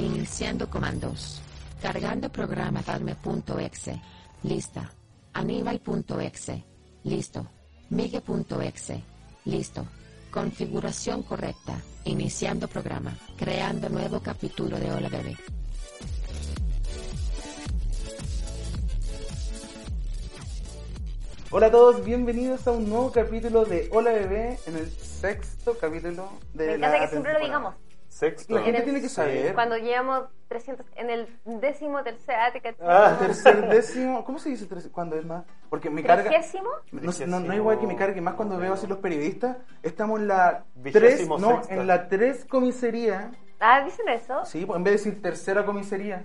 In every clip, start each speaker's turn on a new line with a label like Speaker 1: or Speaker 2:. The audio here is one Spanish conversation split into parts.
Speaker 1: Iniciando comandos. Cargando programa farme.exe. Lista. Aníbal.exe. Listo. Migue.exe. Listo. Configuración correcta. Iniciando programa. Creando nuevo capítulo de Hola Bebé.
Speaker 2: Hola a todos, bienvenidos a un nuevo capítulo de Hola Bebé en el sexto capítulo de
Speaker 3: Me
Speaker 2: la
Speaker 3: encanta que siempre lo digamos.
Speaker 2: temporada.
Speaker 4: Sexto.
Speaker 2: La gente
Speaker 3: el-
Speaker 2: tiene que saber.
Speaker 3: Cuando llevamos 300, en el décimo tercer
Speaker 2: Ah, tercer décimo. ¿Cómo se dice tercer- cuando es más? Porque me carga.
Speaker 3: trigésimo,
Speaker 2: No, sé, no, no es igual que me cargue más cuando veo así los periodistas. Estamos en la tres,
Speaker 4: Vigésimo
Speaker 2: no,
Speaker 4: sexta.
Speaker 2: en la tres comisaría.
Speaker 3: ah, dicen eso,
Speaker 2: Sí, pues en vez de decir tercera comisaría.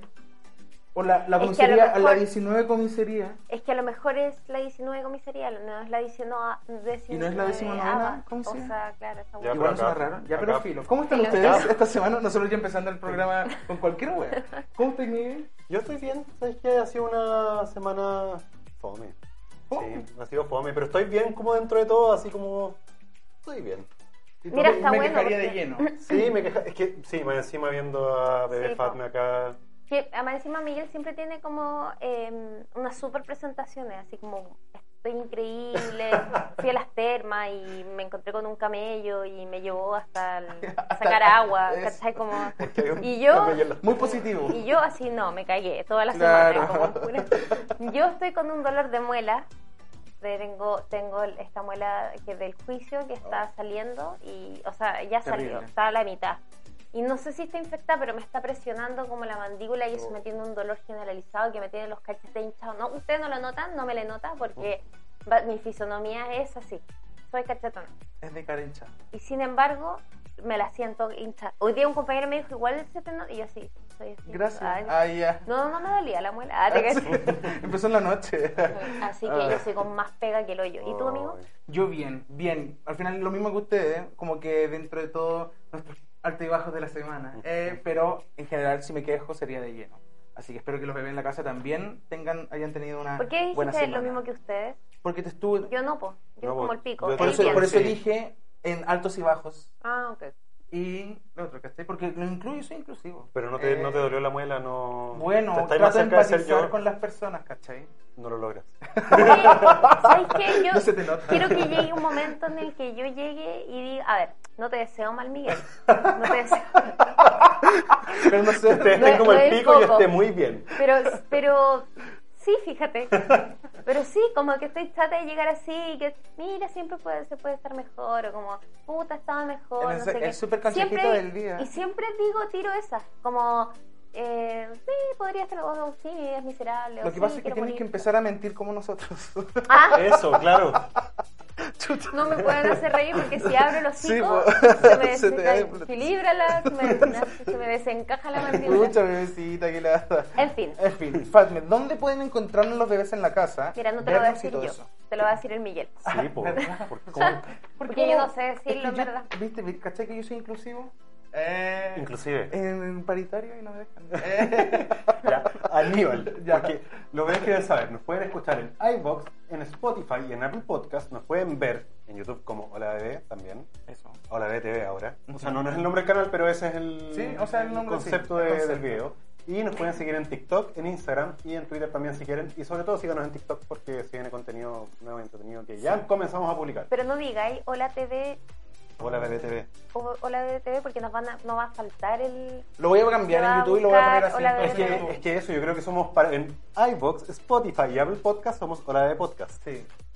Speaker 2: O la, la
Speaker 3: Es que a lo
Speaker 2: comisaría, a la
Speaker 3: mejor-
Speaker 2: 19 comisaría.
Speaker 3: es que a lo mejor es la 19 comisaría, no es la 19
Speaker 2: ¿Y no es la 19ª comisaría?
Speaker 3: O sea, claro, está
Speaker 4: Ya,
Speaker 3: bueno.
Speaker 2: Igual
Speaker 4: pero
Speaker 2: suena
Speaker 4: acá-
Speaker 2: raro. Ya, pero
Speaker 4: acá-
Speaker 2: filo. ¿Cómo están
Speaker 3: Filo.
Speaker 2: ustedes
Speaker 4: Ya.
Speaker 2: esta semana? Nosotros ya empezando el programa con cualquier wea. ¿Cómo estás, Miguel?
Speaker 4: Yo estoy bien, sabes que ha sido una semana fome.
Speaker 2: Fome.
Speaker 4: Sí, ha sido fome, pero estoy bien como dentro de todo, así como estoy bien.
Speaker 3: Mira, está
Speaker 2: me
Speaker 3: bueno,
Speaker 2: quejaría de
Speaker 3: porque-
Speaker 2: lleno.
Speaker 4: Sí, me queja, es que sí, más encima viendo a bebé
Speaker 3: Sí, po.
Speaker 4: Fatme acá.
Speaker 3: Que además encima Miguel siempre tiene como eh, unas super presentaciones, así como estoy increíble, fui a las termas y me encontré con un camello y me llevó hasta el- a sacar agua,
Speaker 2: Eso.
Speaker 3: ¿cachai? Como...
Speaker 4: que hay un
Speaker 3: Y yo-
Speaker 4: camello en la-
Speaker 2: Muy positivo.
Speaker 3: Y yo así, no, me cagué toda la
Speaker 2: Claro.
Speaker 3: semana. como pura- Yo estoy con un dolor de muela. Tengo, tengo esta muela que del juicio que está saliendo y, o sea, ya
Speaker 2: Oh. Terrible.
Speaker 3: salió, está a la mitad. Y no sé si está infectada, pero me está presionando como la mandíbula y eso
Speaker 2: Oh.
Speaker 3: me tiene un dolor generalizado que me tiene los cachetes hinchados. No, ustedes no lo notan, no me le nota porque
Speaker 2: Oh.
Speaker 3: va- mi fisonomía es así. Soy cachetona.
Speaker 2: Es de cara hincha.
Speaker 3: Y sin embargo, me la siento hinchada. Hoy día un compañero me dijo, igual se te nota. Y yo así, soy así.
Speaker 2: Gracias.
Speaker 3: Ay,
Speaker 2: Ah, ya.
Speaker 3: no, no me dolía la muela. Ah, te caché.
Speaker 2: Empezó en la noche.
Speaker 3: Así que
Speaker 2: Ah.
Speaker 3: yo soy con más pega que el hoyo. ¿Y tú, amigo?
Speaker 2: Yo bien, bien. Al final lo mismo que ustedes, ¿eh? como que dentro de todo nuestros altos y bajos de la semana. Eh, pero en general si me quejo sería de lleno. Así que espero que los bebés en la casa también tengan, hayan tenido una
Speaker 3: ¿Por qué
Speaker 2: buena
Speaker 3: dijiste
Speaker 2: semana.
Speaker 3: lo mismo que ustedes?
Speaker 2: Porque te estuve...
Speaker 3: Yo no, po. Yo
Speaker 4: No, po.
Speaker 3: como el pico.
Speaker 4: Yo-
Speaker 2: Por
Speaker 3: Él
Speaker 2: eso,
Speaker 3: bien.
Speaker 2: por eso
Speaker 4: Sí.
Speaker 2: dije en altos y bajos.
Speaker 3: Ah, ok.
Speaker 2: Y lo otro, ¿cachai? Porque lo incluyo, soy inclusivo.
Speaker 4: Pero no te,
Speaker 2: Eh,
Speaker 4: no te dolió la muela, no. te
Speaker 2: Bueno, trato de
Speaker 4: estáis más cerca de ser
Speaker 2: empatizar
Speaker 4: yo,
Speaker 2: con las personas, ¿cachai?
Speaker 4: no lo logras.
Speaker 3: Oye, ¿Sabes qué? Yo
Speaker 2: No se te nota.
Speaker 3: quiero que llegue un momento en el que yo llegue y diga, a ver, no te deseo mal, Miguel. No te deseo.
Speaker 2: Pero no sé,
Speaker 4: Ustedes
Speaker 3: No,
Speaker 4: estén como
Speaker 3: no
Speaker 4: el
Speaker 3: es
Speaker 4: pico y yo
Speaker 3: poco.
Speaker 4: esté muy bien.
Speaker 3: Pero, pero sí, fíjate. Pero sí, como que estoy chata de llegar así y que, mira, siempre puede, se puede estar mejor, o como, puta, estaba mejor,
Speaker 2: El-
Speaker 3: no sé
Speaker 2: el
Speaker 3: qué.
Speaker 2: súper consejito del día.
Speaker 3: Y siempre digo, tiro esa, como, eh, sí, podría estar, o sí, es miserable, o
Speaker 2: Lo que
Speaker 3: sí,
Speaker 2: pasa es que
Speaker 3: quiero
Speaker 2: tienes que
Speaker 3: morir.
Speaker 2: empezar a mentir como nosotros.
Speaker 3: Ah,
Speaker 4: Eso, claro.
Speaker 3: no me pueden hacer reír porque si abro los
Speaker 2: Sí,
Speaker 3: hocico,
Speaker 2: po.
Speaker 3: se me
Speaker 2: Se te
Speaker 3: desen-
Speaker 2: ve-
Speaker 3: desequilibra la- se me, se me desencaja la
Speaker 2: Mucha
Speaker 3: mandíbula.
Speaker 2: bebecita que la
Speaker 3: En fin.
Speaker 2: En fin, Fatme, ¿dónde pueden encontrarnos los bebés en la casa?
Speaker 3: Mira, no te lo voy a
Speaker 2: Vernos y
Speaker 3: decir
Speaker 2: todo
Speaker 3: yo,
Speaker 2: eso.
Speaker 3: te lo va a decir el Miguel.
Speaker 4: Sí, po.
Speaker 2: ¿Verdad?
Speaker 4: Porque como-
Speaker 3: Porque
Speaker 2: ¿Cómo?
Speaker 3: yo no sé
Speaker 2: Es que
Speaker 3: decirlo, en
Speaker 2: yo-
Speaker 3: verdad.
Speaker 2: ¿Viste? ¿Cachai que yo soy inclusivo? Eh,
Speaker 4: Inclusive.
Speaker 2: En, en paritario y no me dejan. Eh.
Speaker 4: Ya, Aníbal,
Speaker 2: Ya.
Speaker 4: porque lo que quieren saber, nos pueden escuchar en iBox, en Spotify y en Apple Podcast, nos pueden ver en YouTube como Hola Bebé también,
Speaker 2: Eso.
Speaker 4: Hola Bebé TV ahora. O sea, no, no es el nombre del canal, pero ese es el,
Speaker 2: Sí, o sea, el nombre,
Speaker 4: concepto,
Speaker 2: sí, el
Speaker 4: de-
Speaker 2: concepto.
Speaker 4: del video. Y nos pueden seguir en TikTok, en Instagram y en Twitter también si quieren. Y sobre todo síganos en TikTok porque se viene contenido nuevo, entretenido que ya comenzamos a publicar.
Speaker 3: Pero no digáis hola TV
Speaker 4: Hola Bebé TV.
Speaker 3: o hola TV porque nos van a, no va a faltar el...
Speaker 2: Lo voy a cambiar
Speaker 3: Te va
Speaker 2: en
Speaker 3: a
Speaker 2: YouTube y lo voy a
Speaker 3: buscar,
Speaker 2: poner así.
Speaker 3: hola,
Speaker 4: Es
Speaker 2: entonces,
Speaker 4: que,
Speaker 3: bebé.
Speaker 2: YouTube.
Speaker 4: es que eso, yo creo que somos para, en iBox, Spotify y Apple Podcast somos Hola Bebé Podcast.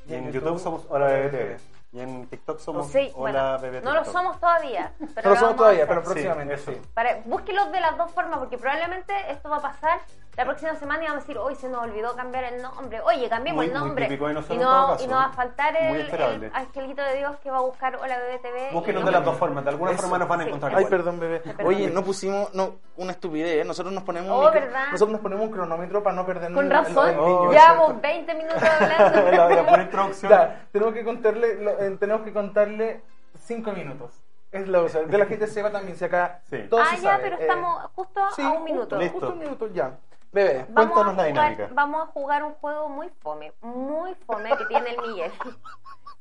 Speaker 2: Sí.
Speaker 4: Y en YouTube somos Hola BBTV. Y en TikTok somos
Speaker 3: Sí,
Speaker 4: Hola
Speaker 3: bueno,
Speaker 4: BBTV.
Speaker 3: no lo somos todavía. Pero
Speaker 2: No lo somos
Speaker 3: vamos a
Speaker 2: todavía,
Speaker 3: hacer.
Speaker 2: pero próximamente.
Speaker 4: eso.
Speaker 2: sí.
Speaker 3: Para, búsquenlos de las dos formas porque probablemente esto va a pasar La próxima semana íbamos a decir, hoy se nos olvidó cambiar el nombre. Oye, cambiemos
Speaker 4: Muy-
Speaker 3: el
Speaker 4: muy
Speaker 3: nombre.
Speaker 4: típico de
Speaker 3: y,
Speaker 4: nosotros en todo
Speaker 3: no,
Speaker 4: caso.
Speaker 3: y no
Speaker 2: ¿eh?
Speaker 3: va a faltar
Speaker 4: Muy
Speaker 3: el,
Speaker 4: esperable.
Speaker 3: el angelito de Dios que va a buscar Hola Bebé TV. y
Speaker 4: Búsquenos
Speaker 3: no-
Speaker 4: de las dos formas, de alguna
Speaker 2: Eso.
Speaker 4: forma nos van a
Speaker 3: Sí.
Speaker 4: encontrar
Speaker 2: Ay,
Speaker 4: igual.
Speaker 2: perdón, bebé.
Speaker 3: perdón.
Speaker 2: Oye, no pusimos, no, una estupidez, ¿eh? Nosotros nos ponemos
Speaker 3: Oh,
Speaker 2: un micro-
Speaker 3: ¿verdad?
Speaker 2: nosotros nos ponemos un cronómetro para no perder
Speaker 3: Con
Speaker 2: el-
Speaker 3: razón,
Speaker 2: el- el-
Speaker 3: llevamos 20 minutos hablando.
Speaker 4: La- la pura introducción.
Speaker 2: Ya, tenemos que contarle, lo- eh, tenemos que contarle 5 minutos. Es lo o sea, que la gente sepa también, si acá
Speaker 4: Sí.
Speaker 2: todo
Speaker 3: ah,
Speaker 2: se
Speaker 3: ya,
Speaker 2: sabe.
Speaker 3: pero
Speaker 2: Eh,
Speaker 3: estamos justo
Speaker 2: sí,
Speaker 3: a un
Speaker 2: justo-
Speaker 3: minuto.
Speaker 2: Justo,
Speaker 4: Listo.
Speaker 2: un minuto, ya. Bebé,
Speaker 3: Vamos a,
Speaker 4: Cuéntanos la
Speaker 3: jugar,
Speaker 4: dinámica.
Speaker 3: vamos a jugar un juego muy fome, muy fome que tiene el Miguel.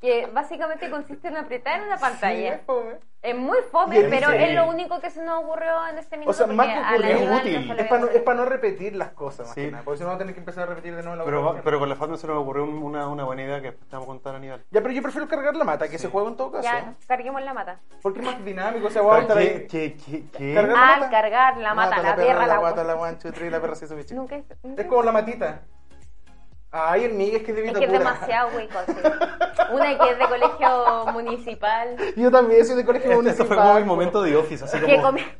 Speaker 3: Que básicamente consiste en apretar una pantalla.
Speaker 2: Sí, eh. fome.
Speaker 3: Es muy
Speaker 2: Y
Speaker 3: fome,
Speaker 2: es
Speaker 3: pero
Speaker 2: difícil.
Speaker 3: es lo único que se nos ocurrió en este minuto.
Speaker 2: O sea, más
Speaker 3: porque
Speaker 2: que
Speaker 3: a la
Speaker 2: ocurrió, es
Speaker 3: Iván no
Speaker 4: útil.
Speaker 3: se le
Speaker 2: Es para, no,
Speaker 3: ocurrió.
Speaker 2: es para no repetir las cosas, más
Speaker 4: Sí.
Speaker 2: que nada, porque si no, vamos a tener que empezar a repetir de nuevo la
Speaker 4: Pero,
Speaker 2: cuestión.
Speaker 4: pero con la Fatma se nos ocurrió un- una, una buena idea que después te vamos a contar a nivel.
Speaker 2: Ya, pero yo prefiero cargar la mata, que se juega en todo caso. ¿eh?
Speaker 3: Ya, carguemos la mata.
Speaker 2: Porque es más dinámico, o sea, vamos a estar ahí.
Speaker 4: qué, qué, qué?
Speaker 2: Cargar-
Speaker 3: Al
Speaker 2: mata?
Speaker 3: cargar la mata, la
Speaker 2: perra,
Speaker 3: tierra, la
Speaker 2: guata,
Speaker 3: guata.
Speaker 2: la guancho, tri, la perra, sí, su bicho.
Speaker 3: Nunca es. nunca
Speaker 2: Es como la matita. Ay, el Miguel es que es de
Speaker 3: Es
Speaker 2: vida
Speaker 3: que es
Speaker 2: pura.
Speaker 3: demasiado hueco. sí. Una que es de colegio municipal.
Speaker 2: Yo también soy de colegio
Speaker 3: Ah,
Speaker 4: Este
Speaker 2: municipal.
Speaker 4: fue como mi momento de office, así
Speaker 3: Que
Speaker 4: como...
Speaker 3: comía-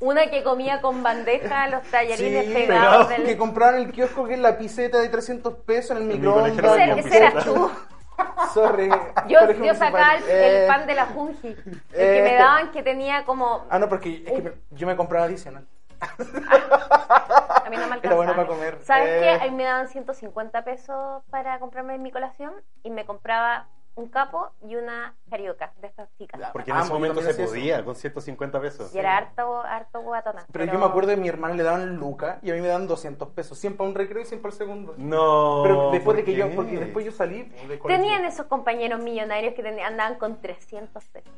Speaker 3: una que comía con bandeja los tallarines
Speaker 2: Sí,
Speaker 3: pegados
Speaker 2: Que
Speaker 4: pegado.
Speaker 3: del.
Speaker 2: compraron el kiosco que es la piseta de 300 pesos en el
Speaker 4: En mi colegio era
Speaker 2: microondas.
Speaker 4: con
Speaker 3: Ese, ese eras tú.
Speaker 2: Sorry.
Speaker 3: Yo,
Speaker 2: colegio
Speaker 3: yo
Speaker 2: municipal.
Speaker 3: sacaba el,
Speaker 2: Eh,
Speaker 3: el pan de la Junji. El
Speaker 2: eh,
Speaker 3: que me
Speaker 2: este-
Speaker 3: daban que tenía como.
Speaker 2: Ah, no, porque es que me- yo me compraba adicional.
Speaker 3: A mí no me alcanzaba.
Speaker 2: Era bueno para comer.
Speaker 3: ¿Sabes
Speaker 2: Eh.
Speaker 3: qué? A mí me daban 150 pesos para comprarme mi colación y me compraba un capo y una carioca de estas chicas.
Speaker 4: Porque en ese
Speaker 2: Amo,
Speaker 4: momento
Speaker 2: yo también
Speaker 4: se
Speaker 2: hacía eso.
Speaker 4: podía, con 150 pesos.
Speaker 3: Y era harto, harto guatona.
Speaker 2: Pero, yo me acuerdo que a mi hermano le daban lucas y a mí me daban 200 pesos. 100 para un recreo y 100 para el segundo.
Speaker 4: No.
Speaker 2: Pero después de
Speaker 4: ¿por
Speaker 2: que yo,
Speaker 4: qué?
Speaker 2: porque después yo salí de colegio.
Speaker 3: Tenían esos compañeros millonarios que ten- andaban con 300 pesos.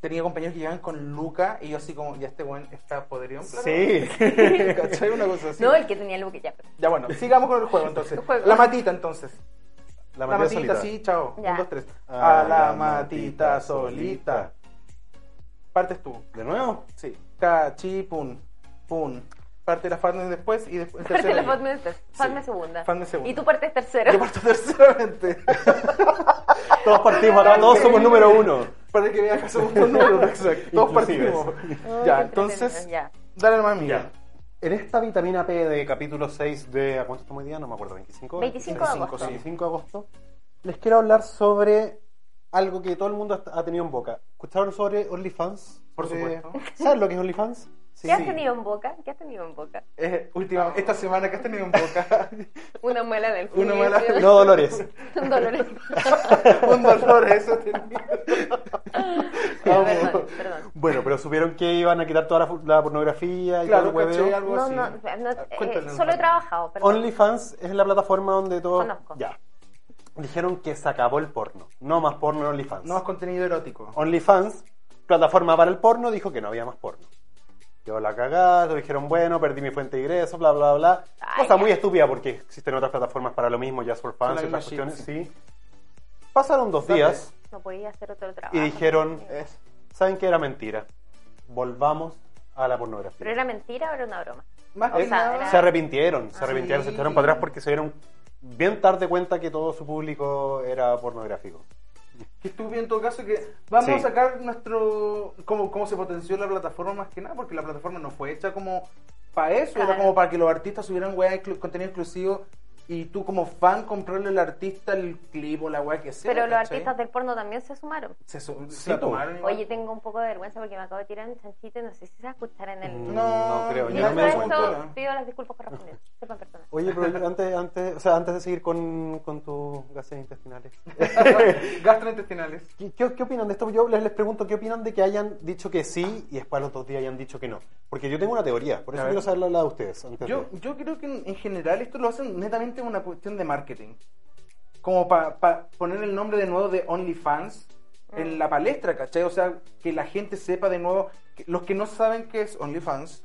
Speaker 2: Tenía compañeros que llegaban con lucas y yo así como, ya este weón está podrido en plata.
Speaker 4: Sí.
Speaker 2: ¿Cachai? Una cosa así.
Speaker 3: No, el que tenía el que ya. pero-
Speaker 2: Ya bueno, sigamos con el juego entonces.
Speaker 3: El juego.
Speaker 2: La matita entonces.
Speaker 4: La
Speaker 2: La,
Speaker 4: matita
Speaker 2: matita,
Speaker 4: solita.
Speaker 2: sí, chao.
Speaker 3: Ya.
Speaker 2: Un, dos, tres.
Speaker 4: Ah,
Speaker 2: A la matita solita. Partes tú.
Speaker 4: ¿De nuevo?
Speaker 2: Sí. Cachi, pun, pun. Parte las fans después y después. el
Speaker 3: Parte
Speaker 2: tercero
Speaker 3: la
Speaker 2: yo.
Speaker 3: Fatme ter- Fatme
Speaker 2: Sí,
Speaker 3: segunda.
Speaker 2: Fatme segunda.
Speaker 3: Y tú partes tercero.
Speaker 2: Yo parto terceramente.
Speaker 4: Todos partimos,
Speaker 2: Ah,
Speaker 4: ahora todos somos número uno.
Speaker 2: Para que veas que somos dos números, exacto. Todos
Speaker 4: Inclusives.
Speaker 2: partimos.
Speaker 3: Uy,
Speaker 2: ya,
Speaker 3: Oh, qué
Speaker 2: entonces.
Speaker 3: entretenido, ya.
Speaker 2: Dale nomás, Miguel.
Speaker 4: Ya. En esta vitamina P de capítulo 6 de... ¿A cuánto estamos hoy día? No me acuerdo, 25.
Speaker 3: 25 de agosto.
Speaker 4: 25 de agosto. Les quiero hablar sobre algo que todo el mundo ha ha tenido en boca. ¿Escucharon sobre OnlyFans?
Speaker 2: Por
Speaker 4: Sobre-
Speaker 2: supuesto.
Speaker 4: ¿Sabes lo que es OnlyFans?
Speaker 3: ¿Qué has tenido en boca? ¿Qué has tenido en boca?
Speaker 2: Eh, última, esta semana que has tenido en boca.
Speaker 3: Una muela del
Speaker 2: Una
Speaker 3: juicio.
Speaker 2: muela-
Speaker 4: No, Dolores.
Speaker 3: Un dolor.
Speaker 2: Un dolor, eso tenía.
Speaker 3: perdón, perdón.
Speaker 4: Ah, Bueno, pero supieron que iban a quitar toda la, fu- la pornografía y
Speaker 2: Claro,
Speaker 4: todo el hueveo.
Speaker 2: caché algo
Speaker 3: No,
Speaker 2: así.
Speaker 3: no, no,
Speaker 4: Ah,
Speaker 3: eh,
Speaker 2: Cuéntale,
Speaker 3: solo he
Speaker 2: Fanny.
Speaker 3: trabajado, perdón.
Speaker 4: OnlyFans es la plataforma donde todo...
Speaker 3: Conozco.
Speaker 4: Ya. Dijeron que se acabó el porno. No más porno en OnlyFans.
Speaker 2: No más contenido erótico.
Speaker 4: OnlyFans, plataforma para el porno, dijo que no había más porno. Yo la cagada, dijeron, bueno, perdí mi fuente de ingreso, bla, bla, bla.
Speaker 3: Ay,
Speaker 4: Cosa
Speaker 3: ya.
Speaker 4: muy estúpida porque existen otras plataformas para lo mismo, Just for
Speaker 2: Son la
Speaker 4: Fans y
Speaker 2: misma
Speaker 4: otras
Speaker 2: shit,
Speaker 4: cuestiones, sí. Pasaron dos días
Speaker 3: No podía hacer otro trabajo.
Speaker 4: y dijeron, eh,
Speaker 2: Es-
Speaker 4: ¿saben qué era mentira? Volvamos a la pornografía. Eh,
Speaker 3: ¿Pero era mentira o era una broma?
Speaker 2: Más
Speaker 3: O
Speaker 2: que
Speaker 3: sea,
Speaker 2: nada-
Speaker 3: era- Ah,
Speaker 4: Se arrepintieron, se arrepintieron,
Speaker 2: Sí.
Speaker 4: se echaron para atrás porque se dieron bien tarde cuenta que todo su público era pornográfico.
Speaker 2: que estuve en todo caso que vamos
Speaker 4: Sí.
Speaker 2: a sacar nuestro cómo, cómo se potenció la plataforma más que nada porque la plataforma no fue hecha como para eso
Speaker 3: Claro.
Speaker 2: era como para que los artistas subieran weá exclu- contenido exclusivo y tú como fan comprarle al artista el clip o la weá que sea
Speaker 3: Pero los
Speaker 2: ¿cachai?
Speaker 3: artistas del porno también se sumaron.
Speaker 2: se, su-
Speaker 4: Sí,
Speaker 2: se la
Speaker 4: po.
Speaker 2: tomaron igual.
Speaker 3: Oye, tengo un poco de vergüenza porque me acabo de tirar un chanchito y no sé si se va a escuchar en el...
Speaker 2: No,
Speaker 4: Mm, no creo, yo
Speaker 3: Y
Speaker 4: no
Speaker 3: por
Speaker 4: me di
Speaker 3: eso
Speaker 4: cuenta.
Speaker 3: pido las disculpas correspondientes. Sepan personas.
Speaker 4: Oye, pero yo antes, antes, o sea, antes de seguir con, con tus gases intestinales,
Speaker 2: gastrointestinales
Speaker 4: ¿qué, qué, qué opinan de esto? Yo les, les pregunto, ¿qué opinan de que hayan dicho que sí y después a los dos días hayan dicho que no? Porque yo tengo una teoría, por eso
Speaker 2: A ver.
Speaker 4: quiero saber la, la de ustedes. antes
Speaker 2: yo
Speaker 4: de-
Speaker 2: yo creo que en, en general esto lo hacen netamente una cuestión de marketing como para poner el nombre de nuevo de OnlyFans en la palestra, ¿cachai? O sea, que la gente sepa de nuevo, que los que no saben qué es OnlyFans,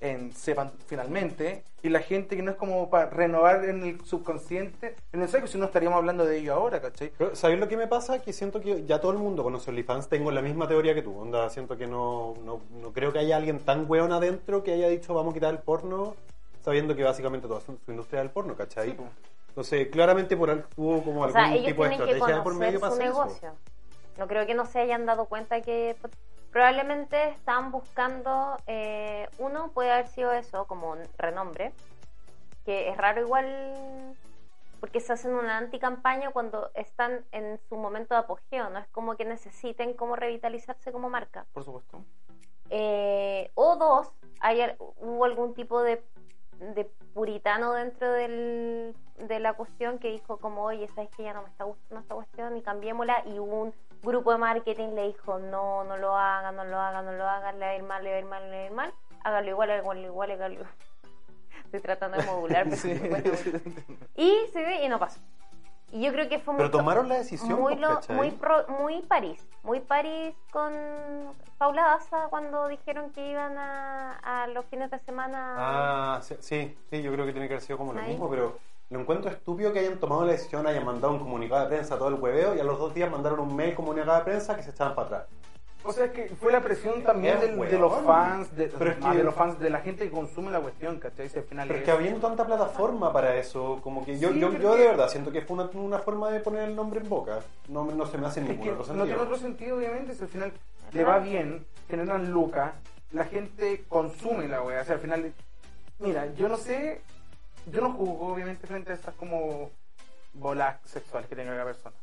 Speaker 2: en- sepan finalmente, y la gente que no es como para renovar en el subconsciente, en el saco, si no estaríamos hablando de ello ahora, ¿cachai?
Speaker 4: Pero, ¿Sabéis lo que me pasa? Que siento que ya todo el mundo conoce OnlyFans, tengo la misma teoría que tú, onda, siento que no, no, no creo que haya alguien tan weón adentro que haya dicho vamos a quitar el porno, sabiendo que básicamente toda su, su industria es el porno, ¿cachai?
Speaker 2: Sí, po.
Speaker 4: Entonces, claramente por algo hubo como
Speaker 3: O
Speaker 4: algún
Speaker 3: sea, ellos
Speaker 4: tipo de
Speaker 3: tienen que
Speaker 4: estrategia por
Speaker 3: conocer
Speaker 4: medio para
Speaker 3: su
Speaker 4: hacer eso.
Speaker 3: negocio. No creo que no se hayan dado cuenta que po- probablemente están buscando, eh, uno puede haber sido eso como un renombre, que es raro igual porque se hacen una anticampaña cuando están en su momento de apogeo, no es como que necesiten como revitalizarse como marca.
Speaker 2: por supuesto.
Speaker 3: Eh, o dos, hay, al- hubo algún tipo de, de puritano dentro del, de la cuestión que dijo como, oye, sabes que ya no me está gustando esta cuestión y cambiémosla. Y un grupo de marketing le dijo, no, no lo hagan, no lo hagan, no lo hagan, le va a ir mal, le va a ir mal, le va a ir mal. Hágalo igual, hágalo igual, hágalo igual. Estoy tratando de modular, pero
Speaker 2: Sí.
Speaker 3: no puedo. Y se ve y no pasó. Y yo creo que fue
Speaker 4: Pero
Speaker 3: muy-
Speaker 4: tomaron la decisión,
Speaker 3: muy,
Speaker 4: pues,
Speaker 3: lo-
Speaker 4: ¿cachai?
Speaker 3: muy, pro- muy París, muy París con Paula Daza cuando dijeron que iban a, a los fines de semana.
Speaker 4: Ah, sí, sí, sí, yo creo que tiene que haber sido como lo
Speaker 3: Ahí.
Speaker 4: mismo, pero lo encuentro estúpido que hayan tomado la decisión, hayan mandado un comunicado de prensa, todo el hueveo, y a los dos días mandaron un mail comunicado de prensa que se echaban para atrás.
Speaker 2: O sea, es que fue la presión también
Speaker 4: Es
Speaker 2: del- de,
Speaker 4: huevón.
Speaker 2: los fans, de,
Speaker 4: Pero es
Speaker 2: más
Speaker 4: que-
Speaker 2: de los fans, de la gente que consume la cuestión, ¿cachai? Si al final
Speaker 4: Pero es
Speaker 2: es-
Speaker 4: que habiendo tanta plataforma para eso, como que yo,
Speaker 2: Sí,
Speaker 4: yo,
Speaker 2: pero
Speaker 4: yo
Speaker 2: que-
Speaker 4: de verdad siento que fue una, una forma de poner el nombre en boca. No, no se me hace
Speaker 2: Es
Speaker 4: ningún
Speaker 2: que
Speaker 4: otro
Speaker 2: no
Speaker 4: sentido.
Speaker 2: tiene otro sentido, obviamente, si al final le va bien, generan lucas, la gente consume la wea. O sea, al final, mira, yo no sé, yo no juzgo, obviamente, frente a estas como bolas sexuales que tenga cada persona.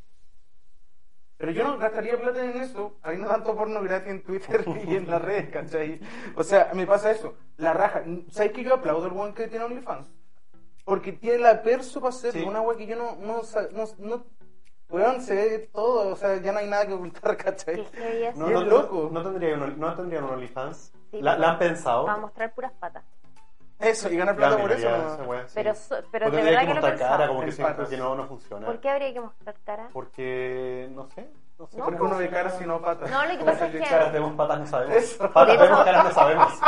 Speaker 2: Pero yo no gastaría plata en eso, habiendo tanto porno gratis en Twitter y en las redes, ¿cachai? O sea, me pasa eso. La raja. ¿Sabes que yo aplaudo al buen que tiene OnlyFans? Porque tiene la perso para hacer
Speaker 4: Sí.
Speaker 2: una wea que yo no... no, sa- no, no- weón, se ve todo, o sea, ya no hay nada que ocultar,
Speaker 3: que
Speaker 2: ¿cachai?
Speaker 3: heavy es,
Speaker 4: No,
Speaker 2: Es
Speaker 4: no,
Speaker 2: loco.
Speaker 4: no tendría un, no tendría un OnlyFans.
Speaker 3: Sí,
Speaker 4: la,
Speaker 3: pero-
Speaker 4: la han pensado.
Speaker 3: para mostrar puras patas.
Speaker 2: Eso, y ganar
Speaker 4: Ya,
Speaker 2: plata
Speaker 4: mira,
Speaker 2: por eso.
Speaker 4: ya,
Speaker 2: nomás.
Speaker 4: esa wea, sí.
Speaker 3: Pero so- pero
Speaker 4: Pues
Speaker 3: de
Speaker 4: tendría
Speaker 3: verdad que lo
Speaker 4: mostrar cara,
Speaker 3: pensaba.
Speaker 4: como que
Speaker 2: En
Speaker 4: siempre
Speaker 2: patas.
Speaker 4: que no, no funciona.
Speaker 3: ¿Por qué habría que mostrar cara?
Speaker 4: Porque, no sé. No sé.
Speaker 3: No, pues.
Speaker 2: Porque uno ve caras y no patas.
Speaker 3: No, lo que
Speaker 2: Como
Speaker 3: pasa es
Speaker 2: Charlie
Speaker 3: que-
Speaker 2: Chaplin.
Speaker 4: Caras vemos, patas no sabemos.
Speaker 2: Eso.
Speaker 4: Patas
Speaker 3: Por eso-
Speaker 4: vemos, caras no sabemos.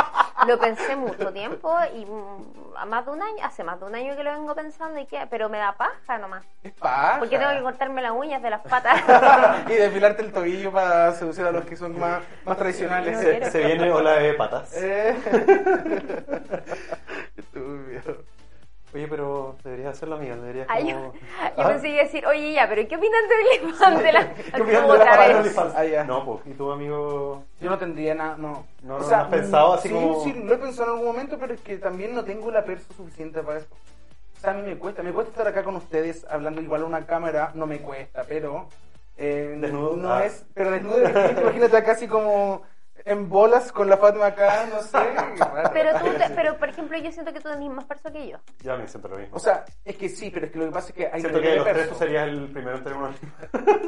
Speaker 3: Lo pensé mucho tiempo y mm, a más de un año, hace más de un año que lo vengo pensando y que, pero me da paja nomás.
Speaker 2: Es
Speaker 4: Ah.
Speaker 2: paja.
Speaker 3: Porque tengo que cortarme las uñas de las patas.
Speaker 2: y desfilarte el tobillo para seducir a los que son más, más tradicionales.
Speaker 3: No
Speaker 4: Se,
Speaker 3: quiero.
Speaker 4: se viene ola de patas.
Speaker 2: Eh. Qué turbio.
Speaker 4: Oye, pero deberías hacerlo, amiga. Deberías
Speaker 3: Ay, yo,
Speaker 4: como...
Speaker 3: yo
Speaker 4: Ah,
Speaker 3: pensé que iba a decir, oye, ya, pero ¿qué opinan de OnlyFans? De la,
Speaker 4: ¿Qué opinas de las
Speaker 3: otra
Speaker 4: patas de
Speaker 3: vez.
Speaker 4: OnlyFans?
Speaker 2: Ah, ya.
Speaker 4: No, pues. ¿Y tu amigo?
Speaker 2: Yo no tendría nada, no.
Speaker 4: No, no, no has pensado así
Speaker 2: sí,
Speaker 4: como-
Speaker 2: Sí, lo he pensado en algún momento, pero es que también no tengo la perso suficiente para eso. O sea, a mí me cuesta, me cuesta estar acá con ustedes hablando igual a una cámara, no me cuesta, pero... eh,
Speaker 4: Desnudo.
Speaker 2: No
Speaker 4: Ah.
Speaker 2: es, pero desnudo, imagínate acá así como en bolas con la Fatma acá, no sé. qué raro.
Speaker 3: Pero tú, te- pero por ejemplo, yo siento que tú tenés más perso que yo.
Speaker 4: Ya me siento lo mismo.
Speaker 2: O sea, es que sí, pero es que lo que pasa es que hay
Speaker 4: siento que de
Speaker 2: niveles
Speaker 4: los
Speaker 2: de
Speaker 4: tres tú
Speaker 2: perso.
Speaker 4: serías el primero en tener un OnlyFans.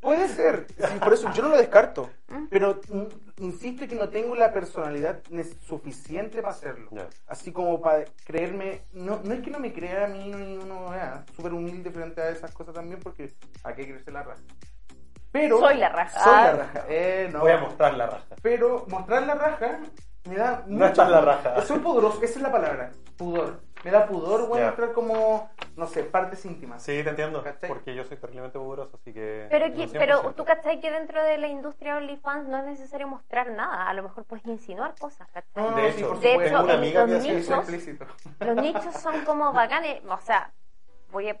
Speaker 2: Puede ser, sí, por eso yo no lo descarto. Pero mm, insisto que no tengo la personalidad nes- suficiente para hacerlo.
Speaker 4: Ya.
Speaker 2: Así como para creerme. No, no es que no me crea a mí ni uno vea, súper humilde frente a esas cosas también, porque hay que creerse la raja. Pero.
Speaker 3: Soy la raja.
Speaker 2: Soy la raja. Eh, no.
Speaker 4: Ah. Voy a mostrar la raja.
Speaker 2: Pero mostrar la raja me da.
Speaker 4: No
Speaker 2: mucho-
Speaker 4: estás la raja.
Speaker 2: Soy pudoroso, esa es la palabra. Pudor. Me da pudor, güey,
Speaker 4: Ya.
Speaker 2: mostrar como, no sé, partes íntimas.
Speaker 4: Sí, te entiendo.
Speaker 2: ¿Cachai?
Speaker 4: Porque yo soy terriblemente pudoroso, así que.
Speaker 3: Pero,
Speaker 4: en
Speaker 3: que,
Speaker 4: un 100%.
Speaker 3: pero tú cachai que dentro de la industria OnlyFans no es necesario mostrar nada. A lo mejor puedes insinuar cosas, ¿cachai?
Speaker 2: No,
Speaker 4: De
Speaker 2: sí,
Speaker 4: hecho,
Speaker 2: por
Speaker 3: de
Speaker 2: supuesto.
Speaker 3: hecho,
Speaker 4: tengo una amiga que
Speaker 3: los
Speaker 4: hace
Speaker 2: Eso
Speaker 3: nichos,
Speaker 2: es explícito.
Speaker 3: los nichos son como bacanes. O sea, voy a.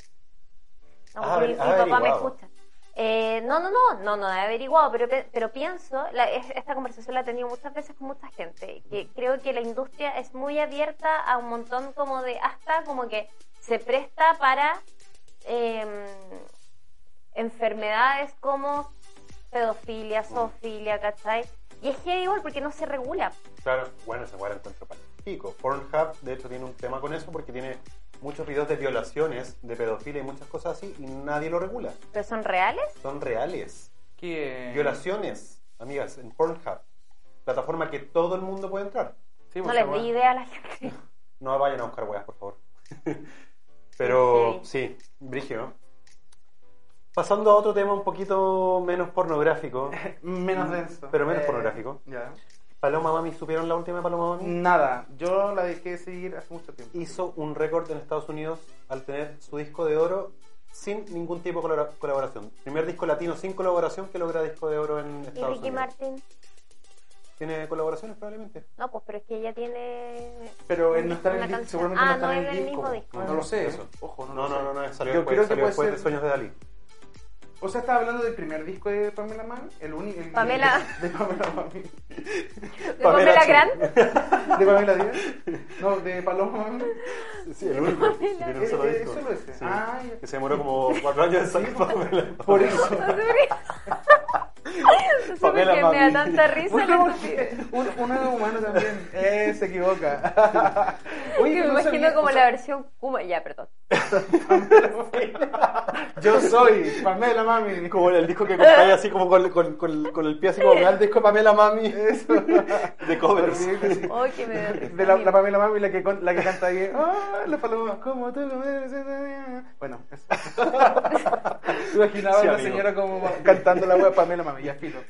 Speaker 3: No,
Speaker 4: Ah,
Speaker 3: mi,
Speaker 4: ah,
Speaker 3: mi papá me
Speaker 4: averiguado.
Speaker 3: escucha. Eh, no, no, no, no, no, he averiguado, pero, pe- pero pienso, la- es- esta conversación la he tenido muchas veces con mucha gente, que creo que la industria es muy abierta a un montón como de, hasta como que se presta para eh, enfermedades como
Speaker 4: Mm.
Speaker 3: pedofilia, zoofilia, ¿cachai? Y es que igual porque no se regula.
Speaker 4: Claro, bueno, ese lugar encuentro para el pico. Pornhub, de hecho, tiene un tema con eso porque tiene muchos videos de violaciones, de pedofilia y muchas cosas así, y nadie lo regula.
Speaker 3: ¿Pero son reales?
Speaker 4: Son reales.
Speaker 2: Que-
Speaker 4: Violaciones, amigas, en Pornhub. Plataforma que todo el mundo puede entrar.
Speaker 2: Sí,
Speaker 3: No
Speaker 2: pues,
Speaker 3: les
Speaker 2: esa
Speaker 3: di
Speaker 2: weá.
Speaker 3: idea a la gente.
Speaker 4: No vayan a buscar weas, por favor. Pero sí, brígido. Pasando a otro tema un poquito menos pornográfico.
Speaker 2: Menos denso.
Speaker 4: Mm, Pero menos
Speaker 2: Eh,
Speaker 4: pornográfico.
Speaker 2: Ya.
Speaker 4: Paloma Mami, ¿supieron la última de Paloma Mami?
Speaker 2: Nada, yo la dejé de seguir hace mucho tiempo.
Speaker 4: hizo un récord en Estados Unidos al tener su disco de oro sin ningún tipo de colabora- colaboración. Primer disco latino sin colaboración que logra disco de oro en
Speaker 3: ¿Y
Speaker 4: Estados
Speaker 3: Ricky
Speaker 4: Unidos.
Speaker 3: Martin?
Speaker 4: ¿Tiene colaboraciones probablemente?
Speaker 3: No, pues, pero es que ella tiene.
Speaker 2: Pero él no está en
Speaker 3: Una
Speaker 2: el disco,
Speaker 3: canción.
Speaker 2: seguramente
Speaker 3: Ah,
Speaker 2: no está
Speaker 3: no
Speaker 2: en
Speaker 3: es
Speaker 2: el
Speaker 3: del
Speaker 2: disco.
Speaker 3: mismo disco.
Speaker 2: No lo sé.
Speaker 4: Eso.
Speaker 2: Ojo, no, lo
Speaker 4: No, no,
Speaker 2: sé.
Speaker 4: no, no, salió
Speaker 2: Yo
Speaker 4: después,
Speaker 2: creo que
Speaker 4: salió
Speaker 2: puede
Speaker 4: después
Speaker 2: ser-
Speaker 4: de Sueños de Dalí.
Speaker 2: O sea, estaba hablando del primer disco de Pamela Man, el único. el-
Speaker 3: Pamela.
Speaker 2: De Pamela Mami.
Speaker 3: ¿De Pamela Gran?
Speaker 2: ¿De Pamela Díaz? No, de Paloma Mami.
Speaker 4: Sí, el único. que tiene un solo
Speaker 2: Eh, eh,
Speaker 4: disco.
Speaker 2: solo ese.
Speaker 4: Sí.
Speaker 2: Ah, ya.
Speaker 4: Que se demoró como cuatro años en salir Pamela.
Speaker 2: Por eso.
Speaker 3: No sé por
Speaker 4: Pamela
Speaker 3: qué me da
Speaker 4: Mami.
Speaker 3: tanta risa la
Speaker 2: Bueno,
Speaker 3: estupidez.
Speaker 2: un, uno es humano también. Eh, se equivoca. Oye,
Speaker 3: me
Speaker 2: no
Speaker 3: imagino
Speaker 2: sabía-
Speaker 3: como
Speaker 2: o sea,
Speaker 3: la versión Kuma. Ya, perdón.
Speaker 2: Yo soy Pamela Mami.
Speaker 4: Como el disco que acompaña así como con, con, con, con el pie así como real disco Pamela Mami.
Speaker 2: Eso.
Speaker 4: De covers.
Speaker 3: Ay, que me da risa.
Speaker 2: De la, la Pamela Mami, la que, con- la que canta ahí. Ah, la paloma, como tú. Bueno, eso. Imaginaba
Speaker 4: Sí,
Speaker 2: a una
Speaker 4: amigo.
Speaker 2: señora como cantando la wea Pamela Mami, ya filo.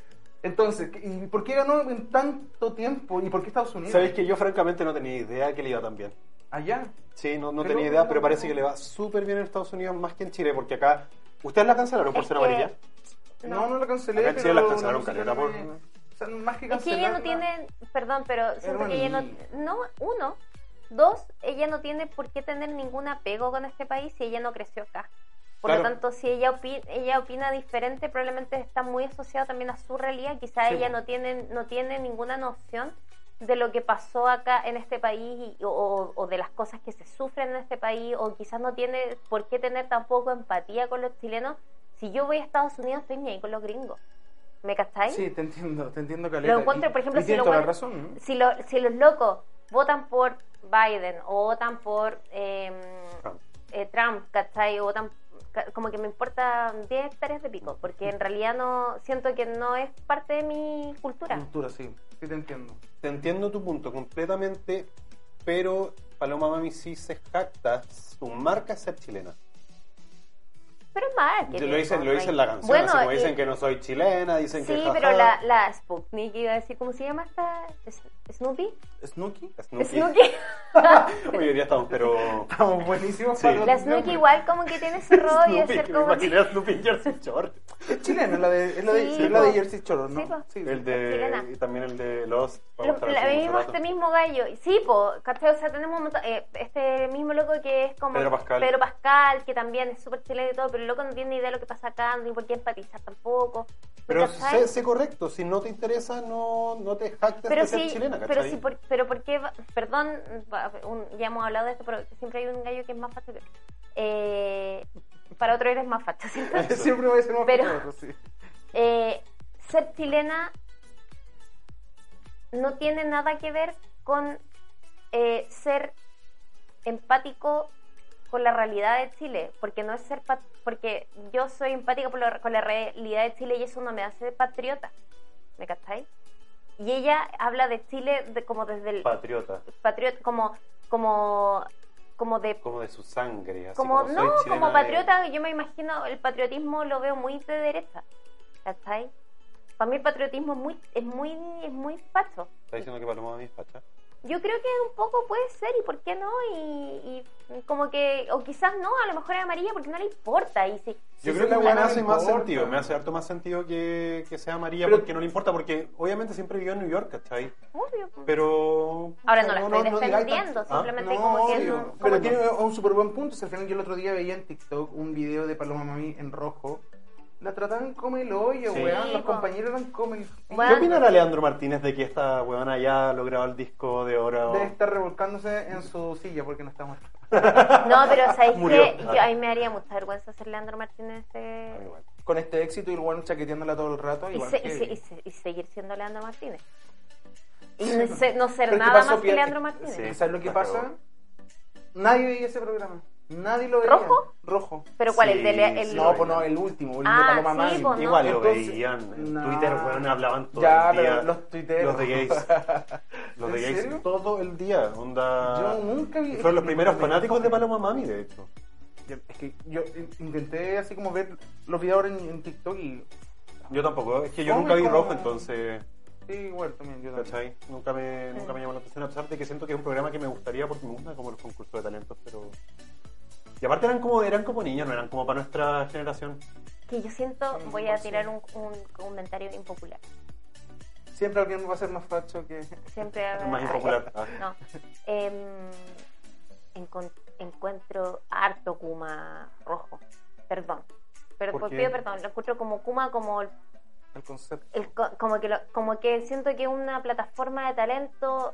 Speaker 2: Entonces, ¿y por qué ganó en tanto tiempo? ¿Y por qué Estados Unidos?
Speaker 4: Sabéis que yo francamente no tenía idea que le iba tan bien.
Speaker 2: Allá.
Speaker 4: Sí, no, no
Speaker 2: Pero-
Speaker 4: tenía idea, pero parece que le va súper bien en Estados Unidos más que en Chile, porque acá. ¿Ustedes la cancelaron por
Speaker 3: Es
Speaker 4: ser
Speaker 3: que-
Speaker 4: amarilla?
Speaker 2: No, no la cancelé.
Speaker 4: Acá en
Speaker 2: pero
Speaker 4: Chile las
Speaker 2: no
Speaker 4: cancelaron,
Speaker 2: sé qué
Speaker 4: caleta, por-
Speaker 2: me- o sea, más que
Speaker 3: Es que ella no
Speaker 2: cancelarla-
Speaker 3: tiene, perdón, pero siento que ella no,
Speaker 2: bonita.
Speaker 3: no, uno, dos, ella no tiene por qué tener ningún apego con este país si ella no creció acá. Por lo
Speaker 4: Claro.
Speaker 3: tanto, si ella opina, ella opina diferente, probablemente está muy asociado también a su realidad. Quizá ella no tiene, no tiene ninguna noción de lo que pasó acá en este país y- o, o de las cosas que se sufren en este país o quizás no tiene por qué tener tampoco empatía con los chilenos. Si yo voy a Estados Unidos, estoy ni ahí con los gringos. ¿Me cacháis?
Speaker 2: Sí, te entiendo, te entiendo, Caleta.
Speaker 3: Lo encuentro, por ejemplo,
Speaker 2: y, y
Speaker 3: si
Speaker 2: tienes
Speaker 3: lo
Speaker 2: toda la
Speaker 3: guardo-
Speaker 2: razón, ¿eh? ¿no?
Speaker 3: si, lo- si los locos votan por Biden o votan por eh, eh, Trump, ¿cachai? O votan, ca- como que me importa 10 hectáreas de pico, porque en realidad no siento que no es parte de mi cultura.
Speaker 4: Mm.
Speaker 2: Cultura, sí. Sí, te entiendo.
Speaker 4: Te entiendo tu punto completamente, pero Paloma Mami sí se jacta su marca es ser chilena.
Speaker 3: Pero es marketing.
Speaker 4: Lo dicen, lo
Speaker 3: ¿no?
Speaker 4: dicen en la canción,
Speaker 3: Bueno,
Speaker 4: así como
Speaker 3: eh,
Speaker 4: dicen que no soy chilena, dicen que.
Speaker 3: Sí,
Speaker 4: jaja.
Speaker 3: pero la, la Sputnik iba a decir, ¿cómo se llama esta? ¿Es- ¿Snoopy?
Speaker 2: ¿Snooki?
Speaker 4: Snooki.
Speaker 3: Snooki.
Speaker 4: Hoy en día estamos, pero.
Speaker 2: Estamos buenísimos
Speaker 4: Sí.
Speaker 2: para
Speaker 3: La
Speaker 2: los
Speaker 3: Snooki
Speaker 2: nombres.
Speaker 3: igual como que tiene su rollo,
Speaker 4: Snoopy,
Speaker 3: es
Speaker 4: que
Speaker 3: ser
Speaker 4: me
Speaker 3: como...
Speaker 4: imaginé a Snoopy en jersey short.
Speaker 2: Es chilena, la de, es la de,
Speaker 3: Sí,
Speaker 2: es la de
Speaker 3: po.
Speaker 2: Jersey Shore, ¿no?
Speaker 3: Sí, po.
Speaker 4: El
Speaker 3: Chilena.
Speaker 4: de. Y también el de Lost.
Speaker 3: Lo-
Speaker 4: vamos a
Speaker 3: la-
Speaker 4: estar hablando
Speaker 3: mismo,
Speaker 4: hace
Speaker 3: este
Speaker 4: rato.
Speaker 3: mismo gallo. Sí, po, ¿cachai? O sea, tenemos un montón- eh, este mismo loco que es como.
Speaker 4: Pedro Pascal.
Speaker 3: Pascal, que también es súper chileno y todo, pero el loco no tiene ni idea de lo que pasa acá, no tiene por qué empatizar tampoco.
Speaker 4: Pero
Speaker 3: ¿cachai?
Speaker 4: sé, sé correcto, si no te interesa, no, no te jactes
Speaker 3: pero
Speaker 4: de ser
Speaker 3: sí,
Speaker 4: chilena,
Speaker 3: pero
Speaker 4: ¿cachai?
Speaker 3: sí, por, pero por qué, va- perdón, va- un- ya hemos hablado de esto, pero siempre hay un gallo que es más fácil. que- Eh, para otro eres más facha, ¿cierto?
Speaker 2: Siempre voy a ser más
Speaker 3: Pero-
Speaker 2: famoso, sí.
Speaker 3: Eh, ser chilena no tiene nada que ver con eh, ser empático con la realidad de Chile, porque no es ser pat- porque yo soy empática por la- con la realidad de Chile y eso no me hace patriota, ¿me captáis? Y ella habla de Chile de- como desde el
Speaker 4: Patriota,
Speaker 3: patriota, como como como de
Speaker 4: como de su sangre. Así
Speaker 3: como,
Speaker 4: como, soy
Speaker 3: no,
Speaker 4: chilena
Speaker 3: como
Speaker 4: de-
Speaker 3: patriota, yo me imagino el patriotismo lo veo muy de derecha. ¿Cachai? Para mí el patriotismo es muy es muy es muy facho.
Speaker 4: ¿Está diciendo que Paloma Mami es facha?
Speaker 3: Yo creo que un poco puede ser y por qué no y, y como que o quizás no, a lo mejor es amarilla porque no le importa y si
Speaker 2: Sí,
Speaker 4: Yo creo
Speaker 2: sí,
Speaker 4: que
Speaker 2: la
Speaker 4: me
Speaker 2: buena
Speaker 4: hace
Speaker 2: no
Speaker 4: más
Speaker 2: importa.
Speaker 4: sentido, me hace harto más sentido que, que sea María
Speaker 2: Pero-
Speaker 4: porque no le importa, porque obviamente siempre vivió en New York, ¿cachai?
Speaker 3: obvio.
Speaker 4: pero...
Speaker 3: Ahora no la estoy
Speaker 4: digáis tanto.
Speaker 3: defendiendo,
Speaker 4: Ah,
Speaker 3: simplemente-
Speaker 2: No,
Speaker 3: como que
Speaker 2: obvio.
Speaker 3: no- como
Speaker 2: pero
Speaker 3: no.
Speaker 2: tiene un súper buen punto. Si al final yo el otro día veía en TikTok un video de Paloma Mami en rojo. La trataban como el hoyo,
Speaker 4: Sí.
Speaker 2: weón. Los
Speaker 3: Sí, po.
Speaker 2: compañeros eran como el...
Speaker 3: Bueno.
Speaker 4: ¿Qué opinará Leandro Martínez de que esta huevona ya ha logrado el disco de oro?
Speaker 2: Debe estar revolcándose en su silla porque no está muerto.
Speaker 3: No, pero sabéis
Speaker 4: Murió.
Speaker 3: que yo- a mí me haría mucha vergüenza ser Leandro Martínez
Speaker 4: Ah,
Speaker 3: este-
Speaker 4: igual.
Speaker 2: Con este éxito y el weón chaqueteándola todo el rato.
Speaker 3: y,
Speaker 2: igual
Speaker 3: se- y
Speaker 2: que-
Speaker 3: se- y se- y seguir siendo Leandro Martínez. Y no ser, no ser
Speaker 2: Pero es que
Speaker 3: nada
Speaker 2: pasó
Speaker 3: más que
Speaker 2: pie-
Speaker 3: Leandro Martínez.
Speaker 4: Sí.
Speaker 2: ¿Sabes lo que
Speaker 4: La
Speaker 2: pasa?
Speaker 4: cagó.
Speaker 2: Nadie veía ese programa. Nadie lo veía.
Speaker 3: ¿Rojo?
Speaker 2: Rojo.
Speaker 3: Pero cuál el de
Speaker 4: Sí,
Speaker 3: Lea- el-
Speaker 4: sí,
Speaker 2: No, pues no, el último, el
Speaker 3: Ah,
Speaker 2: de Paloma
Speaker 3: sí,
Speaker 2: Mami.
Speaker 3: pues, no.
Speaker 4: Igual lo
Speaker 2: Entonces,
Speaker 4: veían, en
Speaker 2: no.
Speaker 4: Twitter weón, hablaban todo
Speaker 2: Ya,
Speaker 4: el día.
Speaker 2: pero los tuiteros.
Speaker 4: Los de gays. Los
Speaker 2: ¿En
Speaker 4: de gays
Speaker 2: serio?
Speaker 4: todo el día, onda...
Speaker 2: Yo nunca vi.
Speaker 4: Fueron los primeros fanáticos de Paloma Mami, de hecho.
Speaker 2: Yo- Es que yo in- intenté así como ver los videos ahora en, en TikTok y.
Speaker 4: Yo tampoco, es que yo
Speaker 2: Hombre,
Speaker 4: nunca vi
Speaker 2: como-
Speaker 4: rojo, entonces...
Speaker 2: Sí, igual también. Yo también.
Speaker 4: ¿Cachai? Nunca me, nunca me llamó la atención, a pesar de que siento que es un programa que me gustaría porque me gustan como los concursos de talentos, pero... Y aparte eran como, eran como niños, no eran como para nuestra generación.
Speaker 3: que yo siento,
Speaker 2: Sí,
Speaker 3: voy
Speaker 2: no
Speaker 3: a
Speaker 2: sé.
Speaker 3: tirar un, un comentario impopular.
Speaker 2: Siempre alguien va a ser más facho que.
Speaker 3: Siempre habrá-
Speaker 4: Más impopular.
Speaker 3: Ah, ya. No. Em, encon- encuentro harto Kuma rojo. Perdón. pero
Speaker 4: ¿Por
Speaker 3: pues,
Speaker 4: qué?
Speaker 3: pido perdón, lo encuentro como Kuma, como, el-
Speaker 2: El concepto.
Speaker 3: el co- como, que lo- como que siento que es una plataforma de talento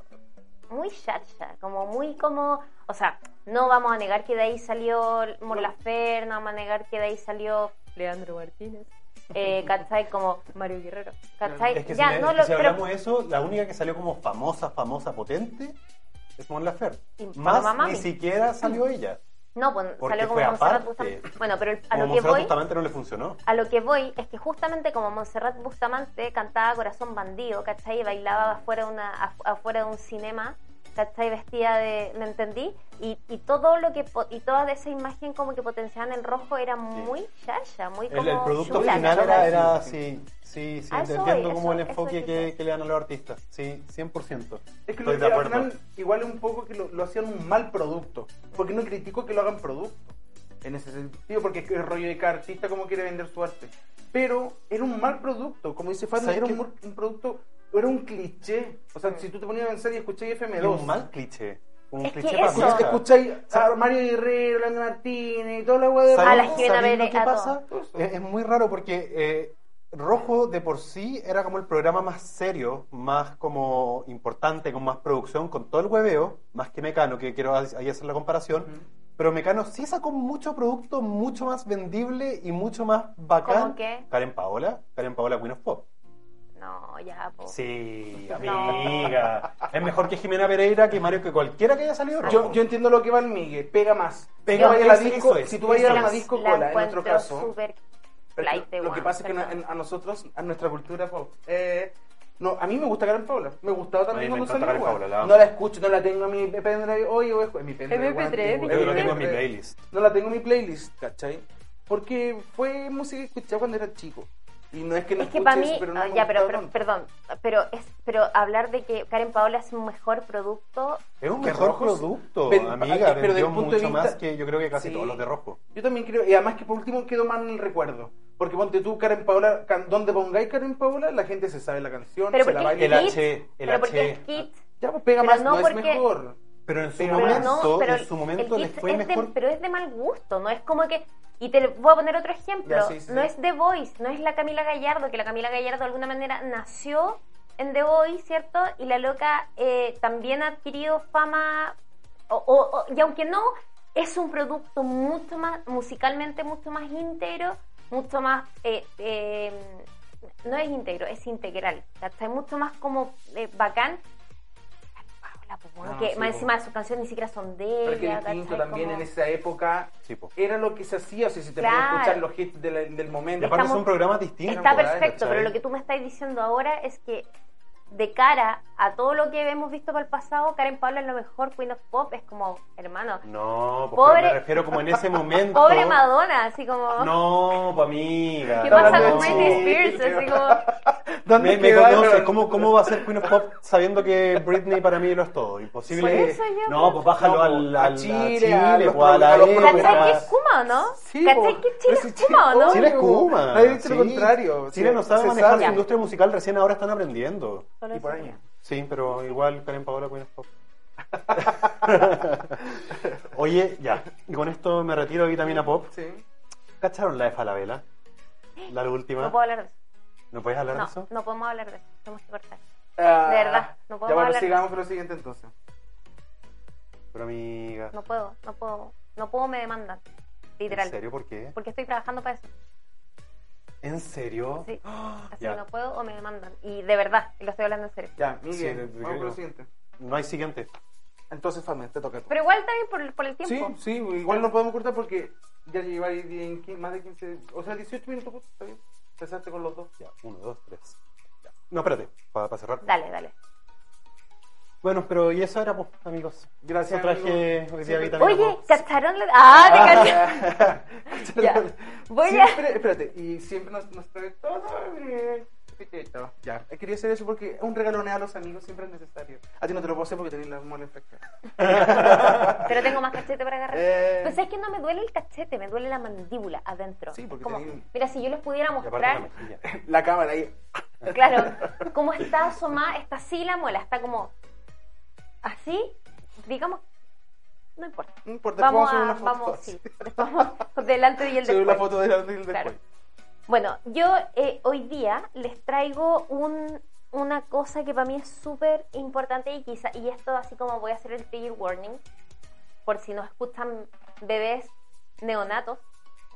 Speaker 3: muy chacha, como muy como, o sea, no vamos a negar que de ahí salió Mon Laferte, no vamos a negar que de ahí salió Leandro Martínez, eh, ¿cachai? Como Mario Guerrero, ¿cachai?
Speaker 4: Es que
Speaker 3: Ya,
Speaker 4: si,
Speaker 3: no
Speaker 4: es que
Speaker 3: lo-
Speaker 4: si
Speaker 3: pero-
Speaker 4: hablamos de eso, la única que salió como famosa, famosa, potente es Mon Laferte.
Speaker 3: Y
Speaker 4: Más
Speaker 3: Paloma
Speaker 4: ni
Speaker 3: Mami.
Speaker 4: siquiera salió ella.
Speaker 3: No, pues
Speaker 4: Porque
Speaker 3: salió como
Speaker 4: fue
Speaker 3: Monserrat
Speaker 4: aparte.
Speaker 3: Bustamante. Bueno, pero el- a
Speaker 4: Como
Speaker 3: lo que
Speaker 4: Monserrat
Speaker 3: voy,
Speaker 4: justamente no le funcionó.
Speaker 3: a lo que voy es que justamente como Montserrat Bustamante cantaba Corazón Bandido, ¿cachai? Y bailaba afuera de, una, af- afuera de un cinema, ¿cachai? Vestida de... ¿Me entendí? Y, y todo lo que... po- Y toda esa imagen como que potenciaban en rojo era muy chacha, muy como
Speaker 4: El, el producto
Speaker 3: chula,
Speaker 4: final era,
Speaker 3: ¿cachai?
Speaker 4: era sí, sí, sí,
Speaker 3: A eso
Speaker 4: entiendo
Speaker 3: voy,
Speaker 4: como
Speaker 3: eso-
Speaker 4: el
Speaker 3: eso
Speaker 4: enfoque
Speaker 3: quise.
Speaker 4: que, que le dan a los artistas. Sí, 100%.
Speaker 2: Es que lo
Speaker 4: Estoy
Speaker 2: que
Speaker 4: de
Speaker 2: al
Speaker 4: acuerdo.
Speaker 2: final, igual es un poco que lo, lo hacían un mal producto. Porque no critico que lo hagan producto. En ese sentido, porque es que el rollo de cada artista como quiere vender su arte. Pero era un mal producto. Como dice Fátima,
Speaker 4: ¿Sabes
Speaker 2: era un,
Speaker 4: qué?
Speaker 2: mur- un producto, era un cliché. O sea, si tú te ponías a pensar y escucháis
Speaker 4: Es
Speaker 2: FM2.
Speaker 4: un mal cliché. Un
Speaker 3: Es que
Speaker 4: cliché
Speaker 3: eso-
Speaker 4: para
Speaker 2: Porque
Speaker 4: mí.
Speaker 2: escucháis a Mario Guerrero, Leandro Martínez y toda la weá de
Speaker 3: A la
Speaker 4: ¿Sabes-
Speaker 3: Jimena
Speaker 4: sabes lo
Speaker 3: Vélez,
Speaker 4: que
Speaker 3: a
Speaker 4: pasa?
Speaker 2: todos.
Speaker 4: Es, es muy raro porque eh, Rojo de por sí era como el programa más serio, más como importante, con más producción, con todo el hueveo, más que Mecano, que quiero ha- ahí hacer la comparación. Pero Mecano sí sacó mucho producto, mucho más vendible y mucho más bacán.
Speaker 3: ¿Cómo qué?
Speaker 4: Karen Paola, Karen Paola Queen of Pop.
Speaker 3: No, ya, po.
Speaker 4: Sí, amiga. es mejor que Jimena Pereira, que Mario, que cualquiera que haya salido. Rojo.
Speaker 2: Yo, yo entiendo lo que va el Migue, pega más.
Speaker 4: Pega
Speaker 2: Pega
Speaker 4: más,
Speaker 2: a la
Speaker 4: eso
Speaker 2: disco,
Speaker 4: es,
Speaker 2: si tú vas a ir a
Speaker 4: eso
Speaker 2: la
Speaker 4: es.
Speaker 2: disco cola, en otro
Speaker 3: encuentro
Speaker 2: caso.
Speaker 3: súper
Speaker 2: Pero
Speaker 3: flight,
Speaker 2: lo que
Speaker 3: weón,
Speaker 2: pasa es que
Speaker 3: perdón.
Speaker 2: en- a nosotros, a nuestra cultura pop, eh, no, a mí me gusta Karen Paula. Me gustaba también
Speaker 4: A mí me
Speaker 2: cuando salió.
Speaker 4: encanta Karen
Speaker 2: weón.
Speaker 4: Paula, la amo.
Speaker 2: no la escucho, no la tengo en mi pendrive. Oye, voy a escu- en mi pendrive.
Speaker 3: MP3,
Speaker 2: weón,
Speaker 3: mi
Speaker 2: tengo-
Speaker 4: Yo lo tengo en mi
Speaker 2: MP3.
Speaker 4: playlist.
Speaker 2: No la tengo en mi playlist, ¿cachai? Porque fue música que escuchaba cuando era chico. Y no es que no
Speaker 3: Es que
Speaker 2: escuche
Speaker 3: para
Speaker 2: eso,
Speaker 3: mí,
Speaker 2: pero no
Speaker 3: ah,
Speaker 2: me
Speaker 3: ya, pero,
Speaker 2: gustaba
Speaker 3: pero-
Speaker 2: tanto.
Speaker 3: perdón, pero es, pero hablar de que Karen Paola es un mejor producto,
Speaker 4: Es un
Speaker 2: Que
Speaker 4: mejor
Speaker 2: Rojos
Speaker 4: producto,
Speaker 2: ven-
Speaker 4: amiga.
Speaker 2: pero desde
Speaker 4: vendió
Speaker 2: el punto
Speaker 4: mucho
Speaker 2: de vista-
Speaker 4: más que yo creo que casi
Speaker 2: Sí.
Speaker 4: todos los de rojo.
Speaker 2: Yo también creo, y además que por último quedó mal en el recuerdo. Porque ponte tú, Karen Paola, can- donde pongáis Karen Paola, la gente se sabe la canción,
Speaker 3: pero
Speaker 2: se la
Speaker 3: porque es
Speaker 2: baila.
Speaker 4: el
Speaker 3: kit,
Speaker 4: H, el
Speaker 3: pero porque es
Speaker 4: H.
Speaker 3: kit,
Speaker 2: Ya, pues pega
Speaker 3: Pero
Speaker 2: más,
Speaker 3: no
Speaker 2: no,
Speaker 3: porque-
Speaker 2: es mejor.
Speaker 4: Pero en su
Speaker 2: Pero
Speaker 3: pero
Speaker 4: momento,
Speaker 3: no, pero
Speaker 4: en su momento
Speaker 3: el
Speaker 4: les
Speaker 3: kit
Speaker 4: fue
Speaker 3: es de-
Speaker 4: mejor.
Speaker 3: este pero es de mal gusto, no es como que y te le- voy a poner otro ejemplo,
Speaker 2: Ya, sí, sí,
Speaker 3: no
Speaker 2: sí.
Speaker 3: es The Voice, no es la Camila Gallardo, que la Camila Gallardo de alguna manera nació en The Voice, ¿cierto? Y la loca eh, también ha adquirido fama, o- o- o- y aunque no, es un producto mucho más, musicalmente mucho más íntegro, mucho más, eh, eh, no es íntegro, es integral, ¿cachai? Mucho más como eh, bacán. Paola, pues, bueno,
Speaker 2: No,
Speaker 3: que
Speaker 2: sí,
Speaker 3: más
Speaker 2: pues.
Speaker 3: encima sus canciones ni siquiera son de
Speaker 2: Pero es que
Speaker 3: ella,
Speaker 2: distinto
Speaker 3: ¿cachai?
Speaker 2: también
Speaker 3: Como-
Speaker 2: en esa época
Speaker 4: Sí, po.
Speaker 2: era lo que se hacía, o sea, si te
Speaker 3: Claro.
Speaker 2: ponías a escuchar los hits de la- del
Speaker 4: Y
Speaker 2: momento.
Speaker 4: aparte
Speaker 3: Estamos-
Speaker 4: son programas distintos.
Speaker 3: Está
Speaker 2: por ahí,
Speaker 3: perfecto,
Speaker 4: ¿cachai?
Speaker 3: pero lo que tú me estás diciendo ahora es que de cara a todo lo que hemos visto para el pasado, Karen Pablo es lo mejor, Queen of Pop es como, hermano,
Speaker 4: No, pues,
Speaker 3: Pobre-
Speaker 4: pero me refiero como en ese momento.
Speaker 3: pobre Madonna, así como,
Speaker 4: No, pues amiga.
Speaker 3: ¿qué pasa
Speaker 4: no.
Speaker 3: con Britney Spears? Así como,
Speaker 4: Me, me
Speaker 2: quedó el-
Speaker 4: conoces, ¿Cómo, ¿cómo va a ser Queen of Pop sabiendo que Britney para mí lo es todo?
Speaker 3: Por
Speaker 4: Imposible.
Speaker 3: eso yo-
Speaker 4: no, pues bájalo
Speaker 2: No,
Speaker 4: al,
Speaker 2: a
Speaker 4: al- a
Speaker 2: Chile,
Speaker 4: Chile,
Speaker 2: a los
Speaker 4: pues, a
Speaker 2: pro-
Speaker 4: la
Speaker 2: a los
Speaker 4: época.
Speaker 3: ¿cachai que es Kuma o no?
Speaker 2: Sí,
Speaker 3: ¿Cachai
Speaker 2: po.
Speaker 3: que Chile
Speaker 2: Pero
Speaker 3: es
Speaker 2: si
Speaker 3: Kuma o no?
Speaker 4: Chile es
Speaker 2: Sí,
Speaker 4: Cuba.
Speaker 2: nadie dice lo contrario.
Speaker 4: Chile
Speaker 2: Se-
Speaker 4: no sabe
Speaker 2: se
Speaker 4: manejar
Speaker 2: sabe.
Speaker 4: su industria musical, recién ahora están aprendiendo.
Speaker 3: Solo
Speaker 2: Y por
Speaker 3: eso.
Speaker 2: ahí.
Speaker 4: Sí, pero igual Karen Paola Queen of Pop. Oye, ya. Y con esto me retiro de vitamina pop.
Speaker 2: Sí.
Speaker 4: ¿Cacharon la de Falabella? La última.
Speaker 3: No puedo hablar de eso.
Speaker 4: ¿No puedes hablar de
Speaker 3: No,
Speaker 4: eso?
Speaker 3: no podemos hablar de eso. Tenemos que cortar.
Speaker 2: Ah,
Speaker 3: De verdad, no podemos
Speaker 2: Ya, bueno,
Speaker 3: hablar.
Speaker 2: sigamos con lo siguiente entonces.
Speaker 4: Pero amiga.
Speaker 3: No puedo, no puedo. No puedo, me demandan. Literal.
Speaker 4: ¿En serio? ¿Por qué?
Speaker 3: Porque estoy trabajando para eso.
Speaker 4: ¿En serio?
Speaker 3: Sí. Así
Speaker 4: ya.
Speaker 3: que no puedo o me demandan. Y de verdad, lo estoy hablando en serio.
Speaker 2: Ya,
Speaker 4: Sí,
Speaker 2: Miguel,
Speaker 4: de- de-
Speaker 2: vamos con
Speaker 4: no.
Speaker 2: lo siguiente.
Speaker 4: No hay siguiente.
Speaker 2: Entonces, Fátima, te toca. a ti.
Speaker 3: Pero igual también por, por el
Speaker 2: Sí,
Speaker 3: tiempo.
Speaker 2: sí, igual no podemos cortar porque ya lleváis bien qui- más de 15, o sea, 18 minutos, justo, está bien. Empezaste con los dos.
Speaker 4: Ya, uno, dos, tres. Ya. No, espérate, para cerrar.
Speaker 3: Dale, dale.
Speaker 4: Bueno, pero y eso era, pues, amigos.
Speaker 2: Gracias,
Speaker 4: Yo traje
Speaker 2: amigo.
Speaker 4: hoy día
Speaker 2: Sí,
Speaker 4: vitamina
Speaker 3: Oye,
Speaker 4: pop.
Speaker 3: ¿cacharon la.? ¡Ah, te caché! Ya. Voy a-
Speaker 2: Siempre- espérate, y siempre nos, nos trae todo. eh, pitito. Ya, eh, quería hacer eso porque un regalone a los amigos siempre es necesario. A ti no te lo puedo hacer porque tenés la mola infectada.
Speaker 3: Pero tengo más cachete para agarrar.
Speaker 2: Eh.
Speaker 3: Pues es que no me duele el cachete, me duele la mandíbula adentro.
Speaker 2: Sí, porque
Speaker 3: Como-
Speaker 2: tenía-
Speaker 3: Mira, si yo les pudiera
Speaker 4: Y aparte la
Speaker 3: mostrar.
Speaker 4: mejilla.
Speaker 2: La cámara ahí.
Speaker 3: Pues Claro, como está asomada, está así la muela, está como así, digamos, No importa.
Speaker 2: No importa,
Speaker 3: vamos
Speaker 2: después
Speaker 3: a,
Speaker 2: vamos a subir una foto.
Speaker 3: vamos, sí, después vamos delante y el
Speaker 2: Subir la
Speaker 3: después.
Speaker 2: foto delante y el después.
Speaker 3: Claro. Bueno, yo eh, hoy día les traigo un- una cosa que para mí es súper importante y quizá, y esto así como voy a hacer el trigger warning, por si nos escuchan bebés neonatos,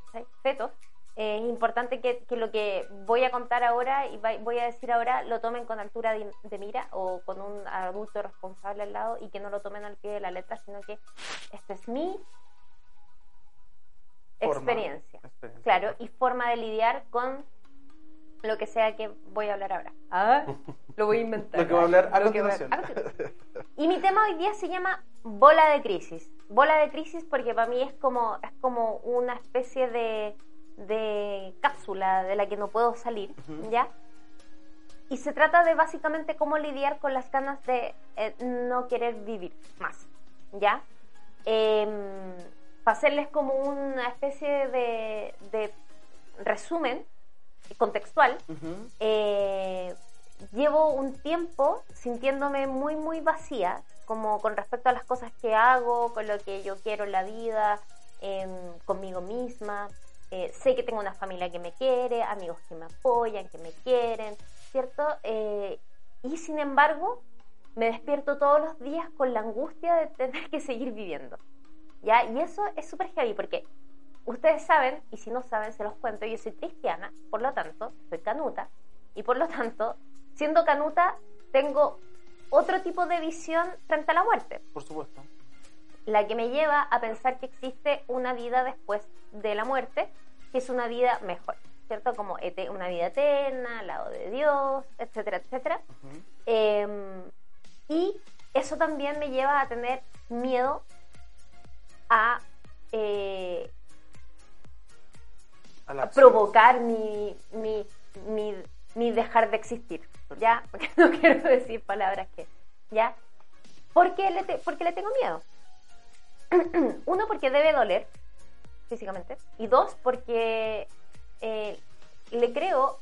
Speaker 3: ¿cachai? fetos, eh, es importante que, que lo que voy a contar ahora y vai- voy a decir ahora lo tomen con altura de, de mira o con un adulto responsable al lado y que no lo tomen al pie de la letra, sino que esta es mi
Speaker 2: Forma.
Speaker 3: experiencia.
Speaker 2: Experiencia.
Speaker 3: Claro, y forma de lidiar con lo que sea que voy a hablar ahora. Ah, lo voy a inventar.
Speaker 2: Lo que voy a hablar a
Speaker 3: Lo que voy
Speaker 2: continuación.
Speaker 3: a Ah, continuación. Y mi tema hoy día se llama bola de crisis. Bola de crisis porque para mí es como, es como una especie de, de cápsula de la que no puedo salir, ¿ya? Y se trata de básicamente cómo lidiar con las ganas de eh, no querer vivir más, ¿ya? Em, para hacerles como una especie de, de resumen contextual,
Speaker 2: Ujú.
Speaker 3: eh, llevo un tiempo sintiéndome muy, muy vacía, como con respecto a las cosas que hago, con lo que yo quiero en la vida, em, conmigo misma. Eh, sé que tengo una familia que me quiere, amigos que me apoyan, que me quieren, ¿cierto? Eh, y sin embargo, me despierto todos los días con la angustia de tener que seguir viviendo. ¿Ya? Y eso es súper heavy porque ustedes saben, y si no saben, se los cuento, yo soy cristiana, por lo tanto, soy canuta, y por lo tanto, siendo canuta, tengo otro tipo de visión frente a la muerte,
Speaker 2: Por supuesto.
Speaker 3: la que me lleva a pensar que existe una vida después de la muerte, que es una vida mejor, ¿cierto? Como ete- una vida eterna, al lado de Dios, etcétera, etcétera.
Speaker 2: Ujú.
Speaker 3: Eh, y eso también me lleva a tener miedo a eh,
Speaker 2: A
Speaker 3: Ah,
Speaker 2: la acción.
Speaker 3: provocar mi, mi, mi, mi dejar de existir, ¿ya? Porque no quiero decir palabras que, ¿ya? ¿Por qué le, te- por qué le tengo miedo? Uno, porque debe doler físicamente, y dos, porque eh, le creo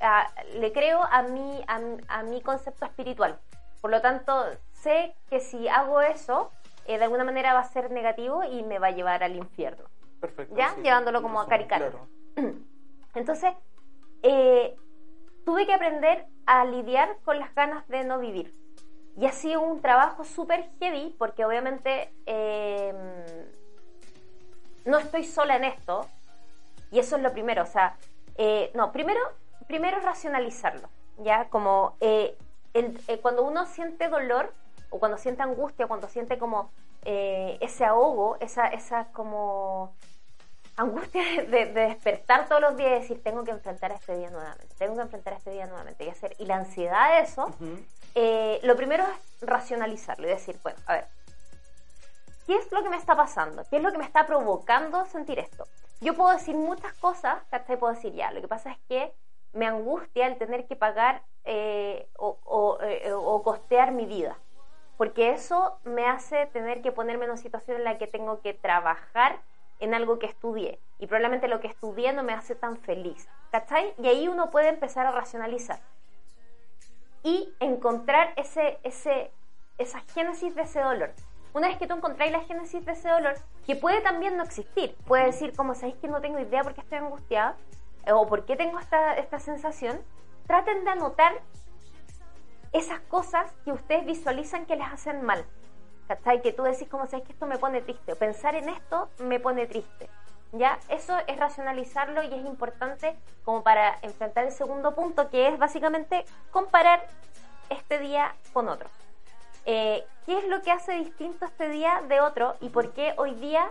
Speaker 3: a, le creo a mi, a, mi- a mi concepto espiritual. Por lo tanto, sé que si hago eso, eh, de alguna manera va a ser negativo y me va a llevar al infierno.
Speaker 2: Perfecto.
Speaker 3: ¿ya? Llevándolo como a
Speaker 2: Resumen,
Speaker 3: caricatura.
Speaker 2: Claro.
Speaker 3: Entonces, eh, tuve que aprender a lidiar con las ganas de no vivir. Y ha sido un trabajo súper heavy porque obviamente eh, no estoy sola en esto. Y eso es lo primero. O sea, eh, no, primero, primero es racionalizarlo. Ya, como eh, el- eh, cuando uno siente dolor o cuando siente angustia, cuando siente como eh, ese ahogo, esa, esa como angustia de, de- de despertar todos los días y decir tengo que enfrentar a este día nuevamente, tengo que enfrentar a este día nuevamente y hacer y la ansiedad de eso,
Speaker 2: Ujú.
Speaker 3: eh, lo primero es racionalizarlo y decir bueno a ver qué es lo que me está pasando, qué es lo que me está provocando sentir esto. Yo puedo decir muchas cosas, ¿cachai? Puedo decir ya, lo que pasa es que me angustia el tener que pagar eh, o, o, eh, o costear mi vida, porque eso me hace tener que ponerme en una situación en la que tengo que trabajar en algo que estudié y probablemente lo que estudié no me hace tan feliz, ¿cachai? Y ahí uno puede empezar a racionalizar y encontrar ese, ese, esa génesis de ese dolor. Una vez que tú encontráis la génesis de ese dolor, que puede también no existir, puede decir, como sabéis que no tengo idea por qué estoy angustiada eh, o por qué tengo esta, esta sensación, traten de anotar esas cosas que ustedes visualizan que les hacen mal. ¿Cachai? Que tú decís, como sabes que esto me pone triste, o pensar en esto me pone triste. ¿Ya? Eso es racionalizarlo y es importante como para enfrentar el segundo punto, que es básicamente comparar este día con otro. Eh, ¿Qué es lo que hace distinto este día de otro y por qué hoy día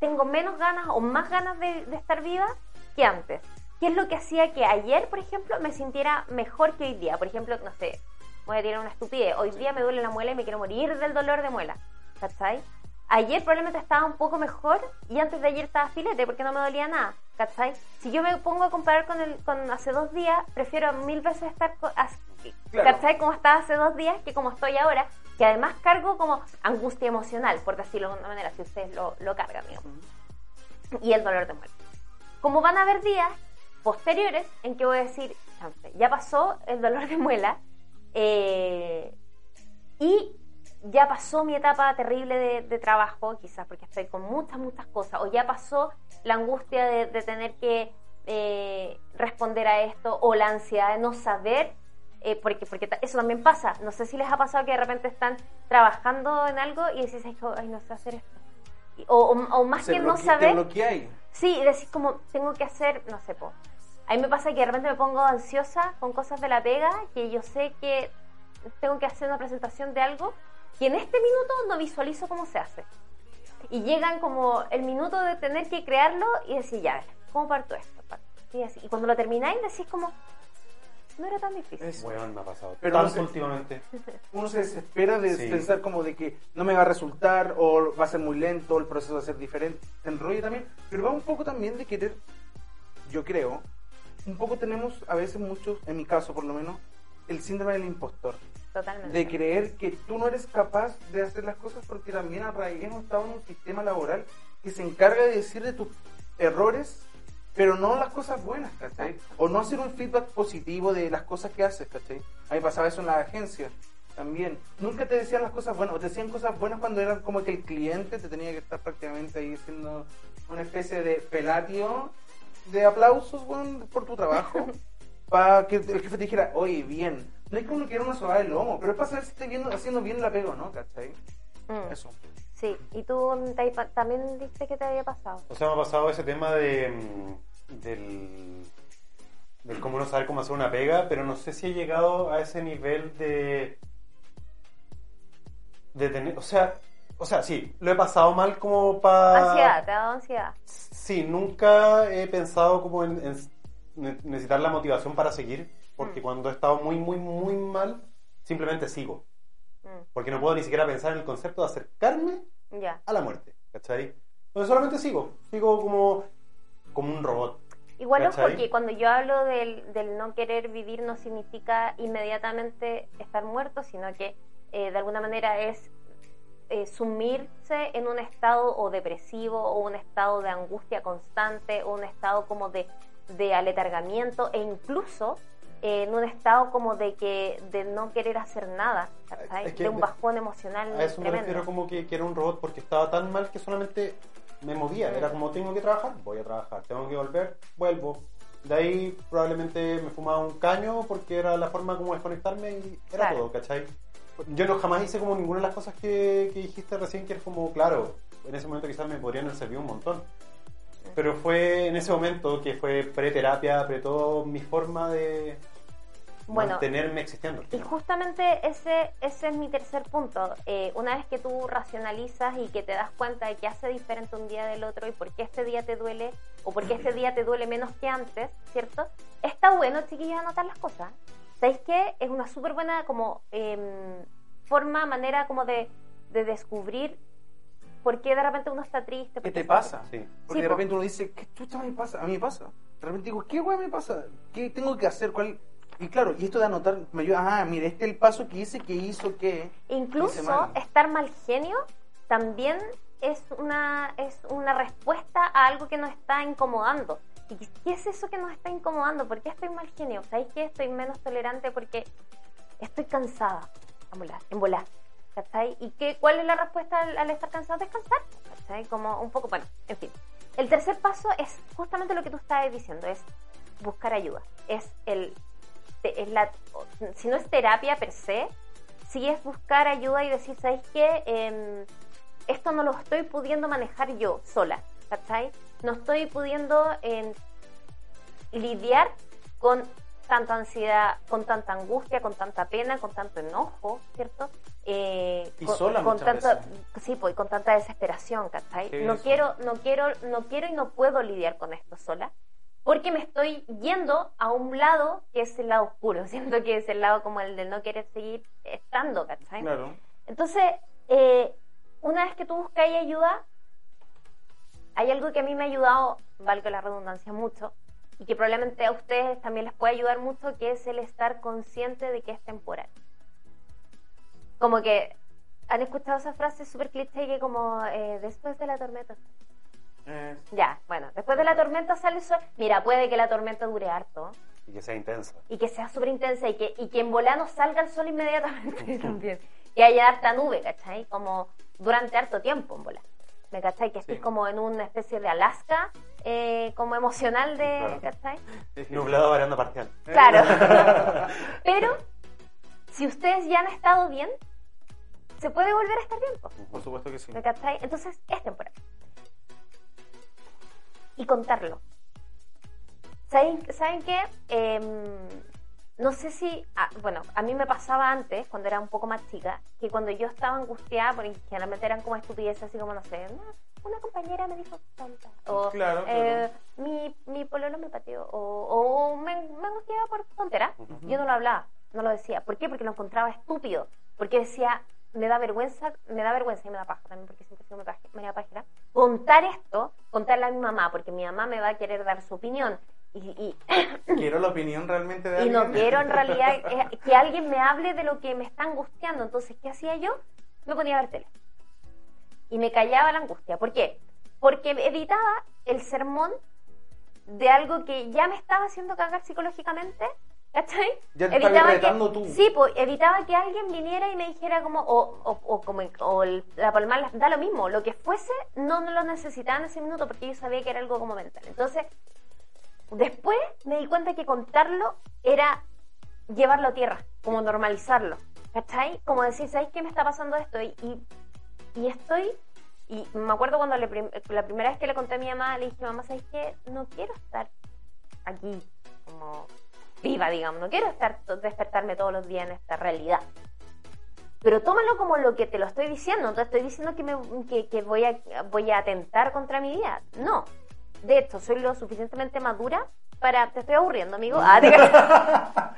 Speaker 3: tengo menos ganas o más ganas de, de estar viva que antes. ¿Qué es lo que hacía que ayer, por ejemplo, me sintiera mejor que hoy día? Por ejemplo, no sé, voy a tirar una estupidez. Hoy día me duele la muela y me quiero morir del dolor de muela. ¿Cachai? Ayer probablemente estaba un poco mejor y antes de ayer estaba filete porque no me dolía nada. ¿Cachai? Si yo me pongo a comparar con, el, con hace dos días, prefiero mil veces estar co- as-
Speaker 2: Claro.
Speaker 3: ¿Cachai? Como estaba hace dos días que como estoy ahora, que además cargo como angustia emocional, por decirlo de una manera, si ustedes lo, lo cargan, digamos y el dolor de muerte. Como van a haber días posteriores en que voy a decir, "Chanfe, ya pasó el dolor de muela eh, y ya pasó mi etapa terrible de, de trabajo, quizás porque estoy con muchas, muchas cosas, o ya pasó la angustia de, de tener que eh, responder a esto, o la ansiedad de no saber, eh, porque, porque ta- eso también pasa. No sé si les ha pasado que de repente están trabajando en algo y decís, "Ay, jo, ay, no sé hacer esto. Y- O, o- o más que no saber,
Speaker 2: lo que hay.
Speaker 3: Sí, y decís como, tengo que hacer, no sé, po. A mí me pasa que de repente me pongo ansiosa con cosas de la pega, que yo sé que tengo que hacer una presentación de algo, que en este minuto no visualizo cómo se hace. Y llegan como el minuto de tener que crearlo y decir, ya, ¿cómo parto esto? Parto esto", Y, así. Y cuando lo termináis decís como, no era tan difícil.
Speaker 2: Es-
Speaker 4: Weón, me ha pasado
Speaker 2: Pero
Speaker 4: tanto
Speaker 2: no sé.
Speaker 4: últimamente.
Speaker 2: uno se desespera de
Speaker 4: Sí.
Speaker 2: pensar como de que no me va a resultar o va a ser muy lento, el proceso va a ser diferente, se enrolla también, pero va un poco también de querer, yo creo, un poco tenemos a veces muchos, en mi caso por lo menos, el síndrome del impostor,
Speaker 3: Totalmente.
Speaker 2: Eh, de creer que tú no eres capaz de hacer las cosas porque también arraigamos estado en un sistema laboral que se encarga de decir de tus errores, pero no las cosas buenas, ¿cachai? O no hacer un feedback positivo de las cosas que haces, ¿cachai? A mí pasaba eso en la agencia también. Nunca te decían las cosas buenas, o te decían cosas buenas cuando eran como que el cliente te tenía que estar prácticamente ahí haciendo una especie de pelatio de aplausos weón, por tu trabajo. para que el jefe te dijera, oye, bien. No es como que era una sobada de lomo, pero es para saber si estás viendo- haciendo bien la pega o no, ¿cachai?
Speaker 3: Mm,
Speaker 2: Eso.
Speaker 3: Sí, y tú te- también dijiste que te había pasado.
Speaker 4: O sea, me ha pasado ese tema de mm, del, del cómo no saber cómo hacer una pega, pero no sé si he llegado a ese nivel de de tener, o sea, o sea, sí, lo he pasado mal como
Speaker 2: Ah.
Speaker 4: para
Speaker 3: Ansiedad, te ha dado ansiedad.
Speaker 4: Sí, nunca he pensado como en, en ne- necesitar la motivación para seguir, porque
Speaker 3: Mm.
Speaker 4: cuando he estado muy, muy, muy mal, simplemente sigo,
Speaker 3: Mm,
Speaker 4: porque no puedo ni siquiera pensar en el concepto de acercarme
Speaker 3: ya.
Speaker 4: a la muerte, ¿cachai? Entonces solamente sigo, sigo como, como un robot.
Speaker 3: Igual ojo
Speaker 4: ¿Cachai?
Speaker 3: que cuando yo hablo del, del no querer vivir no significa inmediatamente estar muerto, sino que eh, de alguna manera es eh, sumirse en un estado o depresivo o un estado de angustia constante o un estado como de, de aletargamiento e incluso eh, en un estado como de que de no querer hacer nada, ¿cachai?
Speaker 4: Ah, Es que
Speaker 3: de un
Speaker 4: de-
Speaker 3: bajón emocional
Speaker 4: A eso me
Speaker 3: tremendo.
Speaker 4: refiero como que, que era un robot porque estaba tan mal que solamente me movía. Era como, tengo que trabajar, voy a trabajar. Tengo que volver, vuelvo. De ahí probablemente me fumaba un caño porque era la forma como desconectarme y era
Speaker 3: Claro.
Speaker 4: todo, ¿cachai? Yo no jamás hice como ninguna de las cosas que, que dijiste recién que es como, claro, en ese momento quizás me podrían haber servido un montón. Pero fue en ese momento que fue pre-terapia, pre-todo, mi forma de
Speaker 3: Bueno.
Speaker 4: mantenerme existiendo.
Speaker 3: Y justamente ese, ese es mi tercer punto. Eh, una vez que tú racionalizas y que te das cuenta de que hace diferente un día del otro y por qué este día te duele o por qué este día te duele menos que antes, ¿cierto? Está bueno, chiquillos, anotar las cosas. ¿Sabéis qué? Es una súper buena como em, forma, manera como de, de descubrir por qué de repente uno está triste. por
Speaker 2: ¿Qué te
Speaker 3: está-
Speaker 2: pasa?
Speaker 4: Sí.
Speaker 2: Porque
Speaker 3: Sí,
Speaker 2: de
Speaker 3: po.
Speaker 2: repente uno dice, ¿qué chucha me pasa? A mí me pasa. De repente digo, ¿qué weá me pasa? ¿Qué tengo que hacer? ¿Cuál? Y claro, y esto de anotar me ayuda. Ah, mire, este es el paso que hice, que hizo, que.
Speaker 3: Incluso
Speaker 2: Dice Manu.
Speaker 3: estar mal genio también es una, es una respuesta a algo que nos está incomodando. ¿Y qué- qué es eso que nos está incomodando? ¿Por qué estoy mal genio? ¿Sabéis que estoy menos tolerante porque estoy cansada? En volar, en volar. ¿Cachai? ¿Y qué, cuál es la respuesta al, al estar cansado? Descansar. ¿Cachai? Como un poco, bueno, en fin. El tercer paso es justamente lo que tú estabas diciendo, es buscar ayuda. Es el, te- es la, si no es terapia per se, si es buscar ayuda y decir, ¿sabéis qué? Em, esto no lo estoy pudiendo manejar yo sola, ¿cachai? No estoy pudiendo em, lidiar con tanta ansiedad, con tanta angustia, con tanta pena, con tanto enojo, ¿cierto? Eh,
Speaker 2: Y
Speaker 3: con,
Speaker 2: sola
Speaker 3: con
Speaker 2: muchas
Speaker 3: tanta,
Speaker 2: veces.
Speaker 3: sí, pues, y con tanta desesperación, ¿cachai?
Speaker 2: Sí,
Speaker 3: no
Speaker 2: eso.
Speaker 3: quiero, no quiero, no quiero y no puedo lidiar con esto sola, porque me estoy yendo a un lado que es el lado oscuro, siento que es el lado como el de no querer seguir estando, ¿cachai?
Speaker 2: Claro.
Speaker 3: Entonces, eh, una vez que tú buscas ayuda, hay algo que a mí me ha ayudado, valga la redundancia, mucho, y que probablemente a ustedes también les puede ayudar mucho, que es el estar consciente de que es temporal. Como que han escuchado esa frase súper cliché que como eh, después de la tormenta.
Speaker 2: Eh,
Speaker 3: Ya, bueno, después de la tormenta sale el sol. Mira, puede que la tormenta dure harto
Speaker 4: Y que sea intensa.
Speaker 3: y que sea súper intensa y que, y que en volá no salga el sol inmediatamente también. y hay harta nube, ¿cachai? Como durante harto tiempo, en bola. ¿Me cachai? Que estoy
Speaker 2: Sí.
Speaker 3: como en una especie de Alaska, eh, como emocional de,
Speaker 4: Claro.
Speaker 3: ¿cachai?
Speaker 4: Nublado baranda parcial.
Speaker 3: Claro. Pero, si ustedes ya han estado bien, se puede volver a estar bien, po.
Speaker 2: Por supuesto que sí.
Speaker 3: ¿Me captáis? Entonces, es temporal. Y contarlo. ¿Saben, ¿saben qué? Em, no sé si. ah, bueno, a mí me pasaba antes, cuando era un poco más chica, que cuando yo estaba angustiada, porque generalmente eran como estupideces, así como, no sé, una, una compañera me dijo tonta. O,
Speaker 2: Claro, claro.
Speaker 3: eh, mi, mi pololo me pateó. O, o me, me angustiaba por tontera. Yo no lo hablaba, no lo decía. ¿Por qué? Porque lo encontraba estúpido. Porque decía, me da vergüenza, me da vergüenza y me da paja también, porque siempre he sido paje- media pajera. Contar esto, contarle a mi mamá, porque mi mamá me va a querer dar su opinión. Y, y-
Speaker 2: Quiero la opinión realmente de
Speaker 3: y no
Speaker 2: alguien.
Speaker 3: quiero en realidad eh, que alguien me hable de lo que me está angustiando. Entonces, ¿qué hacía yo? Me ponía a ver tele. Y me callaba la angustia. ¿Por qué? Porque evitaba el sermón de algo que ya me estaba haciendo cagar psicológicamente. ¿Cachai?
Speaker 2: Ya te estaba retando
Speaker 3: que,
Speaker 2: tú.
Speaker 3: Sí, po, evitaba que alguien viniera y me dijera como, o, o, o como, o el- la palma da lo mismo, lo que fuese, no, no lo necesitaba en ese minuto porque yo sabía que era algo como mental. Entonces, después me di cuenta que contarlo era llevarlo a tierra, como normalizarlo. ¿Cachai? Como decir, ¿sabes qué me está pasando esto? Y, y, y estoy. Y me acuerdo cuando le prim- la primera vez que le conté a mi mamá, le dije, mamá, ¿sabes qué? No quiero estar aquí, como viva, digamos. No quiero estar to- despertarme todos los días en esta realidad. Pero tómalo como lo que te lo estoy diciendo. No te estoy diciendo que, me, que, que voy, a, voy a atentar contra mi vida. No. De hecho, soy lo suficientemente madura para... Te estoy aburriendo, amigo. Ah, te-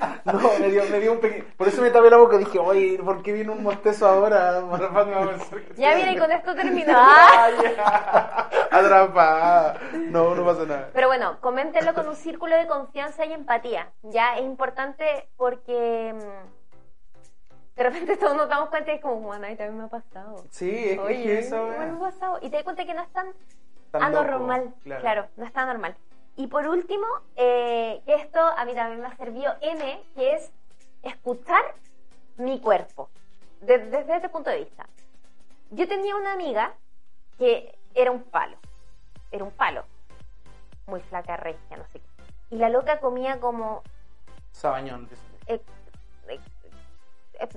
Speaker 2: No, me dio, me dio un pequeño. Por eso me tapé la boca. Dije, oye, ¿por qué viene un mostezo ahora? Marafat me va a pensar que
Speaker 3: Ya
Speaker 2: soy-
Speaker 3: viene y con esto terminada.
Speaker 2: Atrapada. No, no pasa nada.
Speaker 3: Pero bueno, coméntenlo con un círculo de confianza y empatía. Ya es importante porque mm, de repente todos nos damos cuenta y es como, bueno, ahí también me ha pasado.
Speaker 2: Sí, es que- es
Speaker 3: Oye,
Speaker 2: que eso.
Speaker 3: bueno,
Speaker 2: eh.
Speaker 3: me ha pasado. Y te das cuenta que no es tan,
Speaker 2: Tan loco,
Speaker 3: anormal. claro. no está normal. Y por último, eh, que esto a mí también me ha servido M, que es escuchar mi cuerpo. De- desde este punto de vista. Yo tenía una amiga que era un palo. Era un palo. Muy flaca, regia, no sé qué. Y la loca comía como
Speaker 2: Sabañón.
Speaker 3: eh, eh,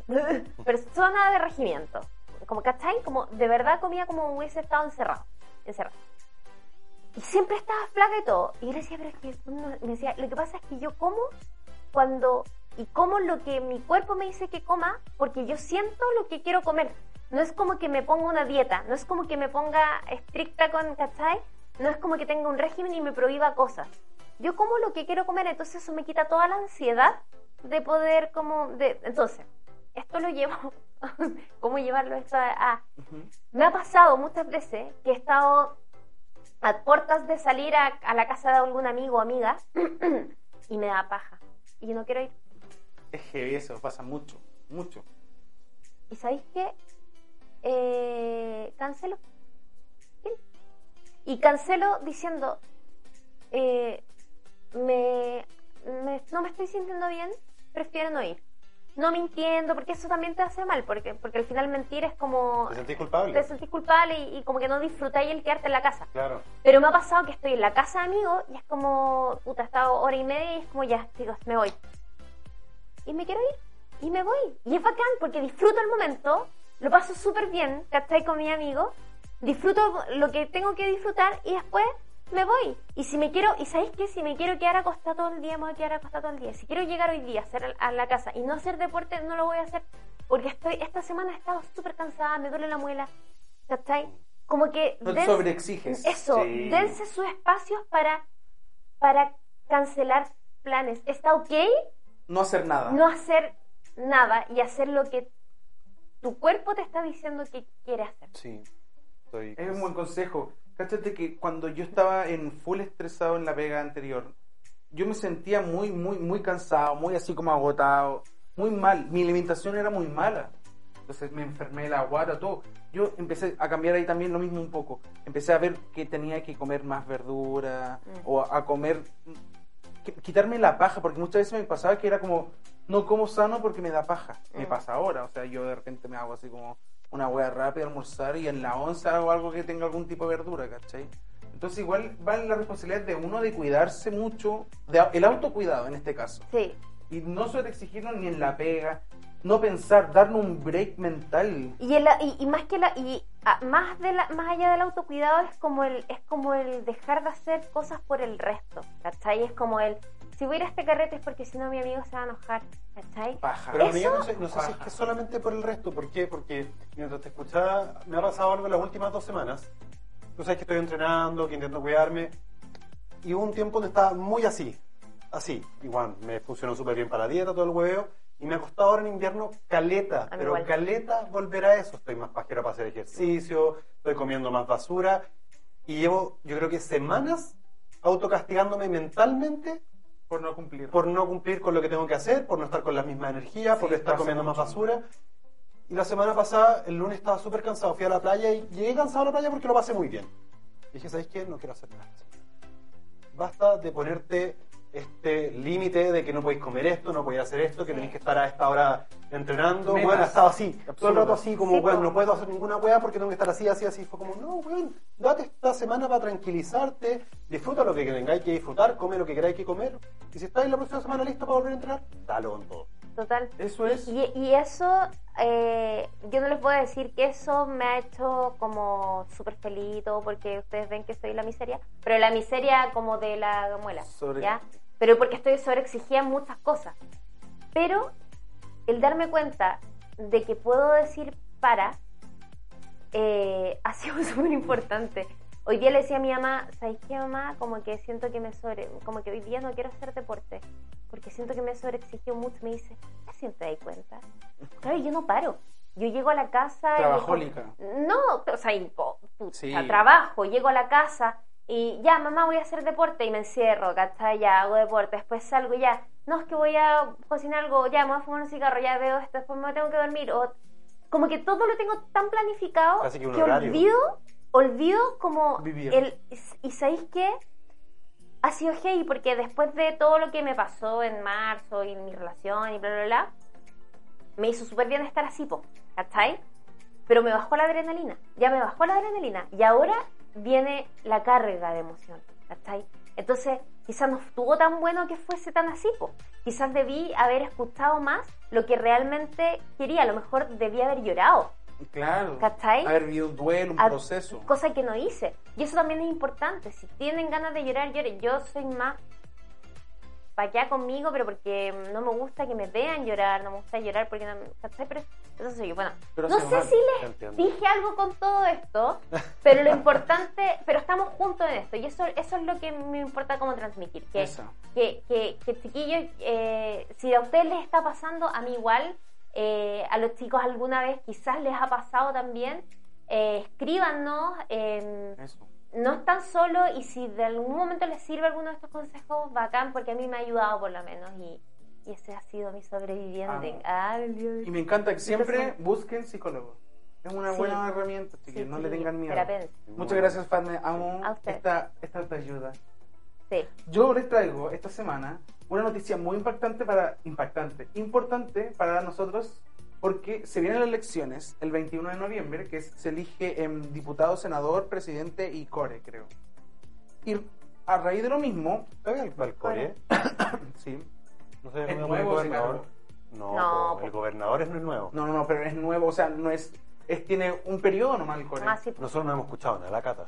Speaker 3: eh, persona de regimiento. Como, ¿cachai? Como de verdad comía como hubiese estado encerrado. encerrado. Y siempre estaba flaca y todo. Y yo le decía, pero es que uno- me decía, lo que pasa es que yo como cuando y como lo que mi cuerpo me dice que coma, porque yo siento lo que quiero comer. No es como que me ponga una dieta, no es como que me ponga estricta con, ¿cachai? No es como que tenga un régimen y me prohíba cosas. Yo como lo que quiero comer, entonces eso me quita toda la ansiedad de poder como... De... Entonces, esto lo llevo... ¿Cómo llevarlo esto a...? a- Me ha pasado muchas veces que he estado a puertas de salir a, a la casa de algún amigo o amiga y me da paja. Y yo no quiero ir.
Speaker 2: Es heavy eso, pasa mucho. Mucho.
Speaker 3: ¿Y sabéis qué? Eh, cancelo. Fin. Y cancelo diciendo, eh, me, me- no me estoy sintiendo bien, prefiero no ir. No mintiendo, porque eso también te hace mal, porque, porque al final mentir es como...
Speaker 4: ¿Te sentís culpable?
Speaker 3: Te sentís culpable y, y como que no disfrutáis el quedarte en la casa.
Speaker 4: Claro.
Speaker 3: Pero me ha pasado que estoy en la casa de amigos y es como, puta, he estado hora y media y es como, ya, chicos, me voy. Y me quiero ir. Y me voy. Y es bacán porque disfruto el momento, lo paso súper bien, ¿cachai? Con mi amigo, disfruto lo que tengo que disfrutar y después me voy. Y si me quiero, y sabéis qué, si me quiero quedar acostada todo el día, me voy a quedar acostada todo el día. Si quiero llegar hoy día a, hacer, a la casa y no hacer deporte, no lo voy a hacer porque estoy, esta semana he estado súper cansada, me duele la muela, ¿cachai? Como que...
Speaker 2: No te
Speaker 3: des-
Speaker 2: sobreexiges.
Speaker 3: eso,
Speaker 4: Sí.
Speaker 3: dense sus espacios para, para cancelar planes. Está ok
Speaker 2: No hacer nada.
Speaker 3: no hacer nada y hacer lo que tu cuerpo te está diciendo que quiere hacer.
Speaker 4: Sí. Estoy...
Speaker 2: Es un buen consejo. Cáchate que cuando yo estaba en full estresado en la pega anterior, yo me sentía muy, muy, muy cansado, muy así como agotado, muy mal. Mi alimentación era muy mala. Entonces me enfermé la guata, todo. Yo empecé a cambiar ahí también lo mismo un poco. Empecé a ver que tenía que comer más verdura
Speaker 3: Mm.
Speaker 2: o a, a comer, qui- quitarme la paja, porque muchas veces me pasaba que era como, no como sano porque me da paja. Me pasa ahora. O sea, yo de repente me hago así como una hueá rápida, almorzar y en la onza hago algo que tenga algún tipo de verdura, ¿cachai? Entonces igual va la responsabilidad de uno de cuidarse mucho, de, au- el autocuidado en este caso.
Speaker 3: Sí.
Speaker 2: Y no sobreexigirnos ni en la pega, no pensar, darnos un break mental.
Speaker 3: Y, el- y, y más que la y ah, más de la, más allá del autocuidado es como el es como el dejar de hacer cosas por el resto, ¿cachai? Es como el si voy a ir a este carrete es porque si no mi amigo se va a enojar, ¿cachai?
Speaker 2: Paja.
Speaker 4: Pero
Speaker 3: Eso-
Speaker 4: amiga, no sé, no sé si es que solamente por el resto. ¿Por qué? Porque mientras te escuchaba, me ha pasado algo en las últimas dos semanas. Tú sabes que estoy entrenando, que intento cuidarme. Y hubo un tiempo donde estaba muy así. Así. Igual, me funcionó súper bien para la dieta, todo el hueveo. Y me ha costado ahora en invierno caleta.
Speaker 3: mí
Speaker 4: Pero
Speaker 3: igual.
Speaker 4: caleta volver a eso. Estoy más pajera para hacer ejercicio, estoy comiendo más basura. Y llevo, yo creo que semanas autocastigándome mentalmente
Speaker 2: por no cumplir.
Speaker 4: por no cumplir con lo que tengo que hacer, por no estar con la misma energía, por
Speaker 2: Sí,
Speaker 4: estar
Speaker 2: pasa
Speaker 4: comiendo más
Speaker 2: mucho.
Speaker 4: basura. Y la semana pasada, el lunes estaba súper cansado, fui a la playa y llegué cansado a la playa porque lo pasé muy bien. Y dije, ¿sabes qué? No quiero hacer nada. esta semana. Basta de ponerte este límite de que no podéis comer esto, no podéis hacer esto, que tenéis que estar a esta hora entrenando.
Speaker 2: Metas.
Speaker 4: Bueno, estaba así, todo el
Speaker 2: Absurdo.
Speaker 4: rato así, como,
Speaker 3: Sí,
Speaker 4: bueno,
Speaker 3: po.
Speaker 4: no puedo hacer ninguna weá porque tengo que estar así, así, así. Fue como, no, weón, date esta semana para tranquilizarte, disfruta lo que tengáis que disfrutar, come lo que queráis que comer. Y si estáis la próxima semana lista para volver a entrenar, dalo con todo.
Speaker 3: Total.
Speaker 2: Eso es.
Speaker 3: Y, y eso, eh, yo no les puedo decir que eso me ha hecho como súper feliz y todo, porque ustedes ven que soy la miseria, pero la miseria como de la gamuela,
Speaker 2: Sobre-
Speaker 3: ¿ya? Pero porque estoy sobreexigida en muchas cosas. Pero el darme cuenta de que puedo decir para eh, ha sido súper importante. Hoy día le decía a mi mamá, ¿sabes qué mamá? Como que siento que me sobre, como que hoy día no quiero hacer deporte, porque siento que me sobreexigió mucho. Me dice, ¿qué siente ahí cuenta? Claro, yo no paro. Yo llego a la casa. y-
Speaker 2: Trabajólica.
Speaker 3: No, o sea, inco- puta,
Speaker 2: Sí.
Speaker 3: trabajo, llego a la casa y ya, mamá, voy a hacer deporte y me encierro, ¿cachai? Ya hago deporte, después salgo y ya, no, es que voy a cocinar algo, ya, me voy a fumar un cigarro, ya veo esto, después me tengo que dormir. O, como que todo lo tengo tan planificado
Speaker 4: Casi que un horario.
Speaker 3: olvido, olvido como
Speaker 2: Vivir.
Speaker 3: el... ¿Y sabéis qué? ha sido heavy porque después de todo lo que me pasó en marzo y en mi relación y bla, bla, bla, me hizo súper bien estar así, po, ¿cachai? Pero me bajó la adrenalina, ya me bajó la adrenalina y ahora viene la carga de emoción, ¿cachai? Entonces, quizás no estuvo tan bueno que fuese tan así, po. Quizás debí haber escuchado más lo que realmente quería, a lo mejor debí haber llorado,
Speaker 2: Claro.
Speaker 3: ¿Cachai?
Speaker 2: Haber vivido un duelo, un
Speaker 3: a-
Speaker 2: proceso.
Speaker 3: Cosa que no hice. Y eso también es importante. Si tienen ganas de llorar, lloren. Yo soy más para allá conmigo, pero porque no me gusta que me vean llorar, no me gusta llorar porque no ¿cachai? Pero eso soy yo. Bueno,
Speaker 2: Pero
Speaker 3: no
Speaker 2: se
Speaker 3: sé
Speaker 2: vale,
Speaker 3: si les
Speaker 4: entiendo.
Speaker 3: dije algo con todo esto, pero lo importante, pero estamos juntos en esto. Y eso, eso es lo que me importa como transmitir. Que,
Speaker 2: Eso.
Speaker 3: que, que, que, chiquillos, eh, si a ustedes les está pasando, a mí igual, eh, a los chicos alguna vez quizás les ha pasado también, eh, escríbanos, eh,
Speaker 2: Eso.
Speaker 3: no están solo y si de algún momento les sirve alguno de estos consejos, bacán, porque a mí me ha ayudado por lo menos y, y ese ha sido mi sobreviviente.
Speaker 2: Amo.
Speaker 3: Ah, el día de-
Speaker 2: Y me encanta que siempre
Speaker 3: Entonces-
Speaker 2: busquen psicólogo. Es una
Speaker 3: Sí.
Speaker 2: buena herramienta, así que
Speaker 3: Sí,
Speaker 2: no
Speaker 3: sí,
Speaker 2: le tengan miedo.
Speaker 3: terapeuta.
Speaker 2: Muchas gracias, Fan. Amo
Speaker 3: A usted.
Speaker 2: esta, esta autoayuda.
Speaker 3: Sí.
Speaker 2: Yo les traigo esta semana una noticia muy impactante para impactante, importante para nosotros porque se vienen las elecciones el 21 de noviembre, que es- se elige em, diputado, senador, presidente y core, creo. Y a raíz de lo mismo,
Speaker 4: ¿Todavía el, el core? ¿eh?
Speaker 2: sí.
Speaker 4: No sé,
Speaker 2: Es
Speaker 4: ¿cómo
Speaker 2: nuevo ese cargo.
Speaker 4: No,
Speaker 3: No,
Speaker 4: po,
Speaker 3: po.
Speaker 4: el gobernador es no es nuevo.
Speaker 2: No, no, no, pero es nuevo, o sea, no es, es tiene un periodo nomás el core.
Speaker 3: Ah, sí.
Speaker 4: Nosotros no hemos escuchado nada, la Cata.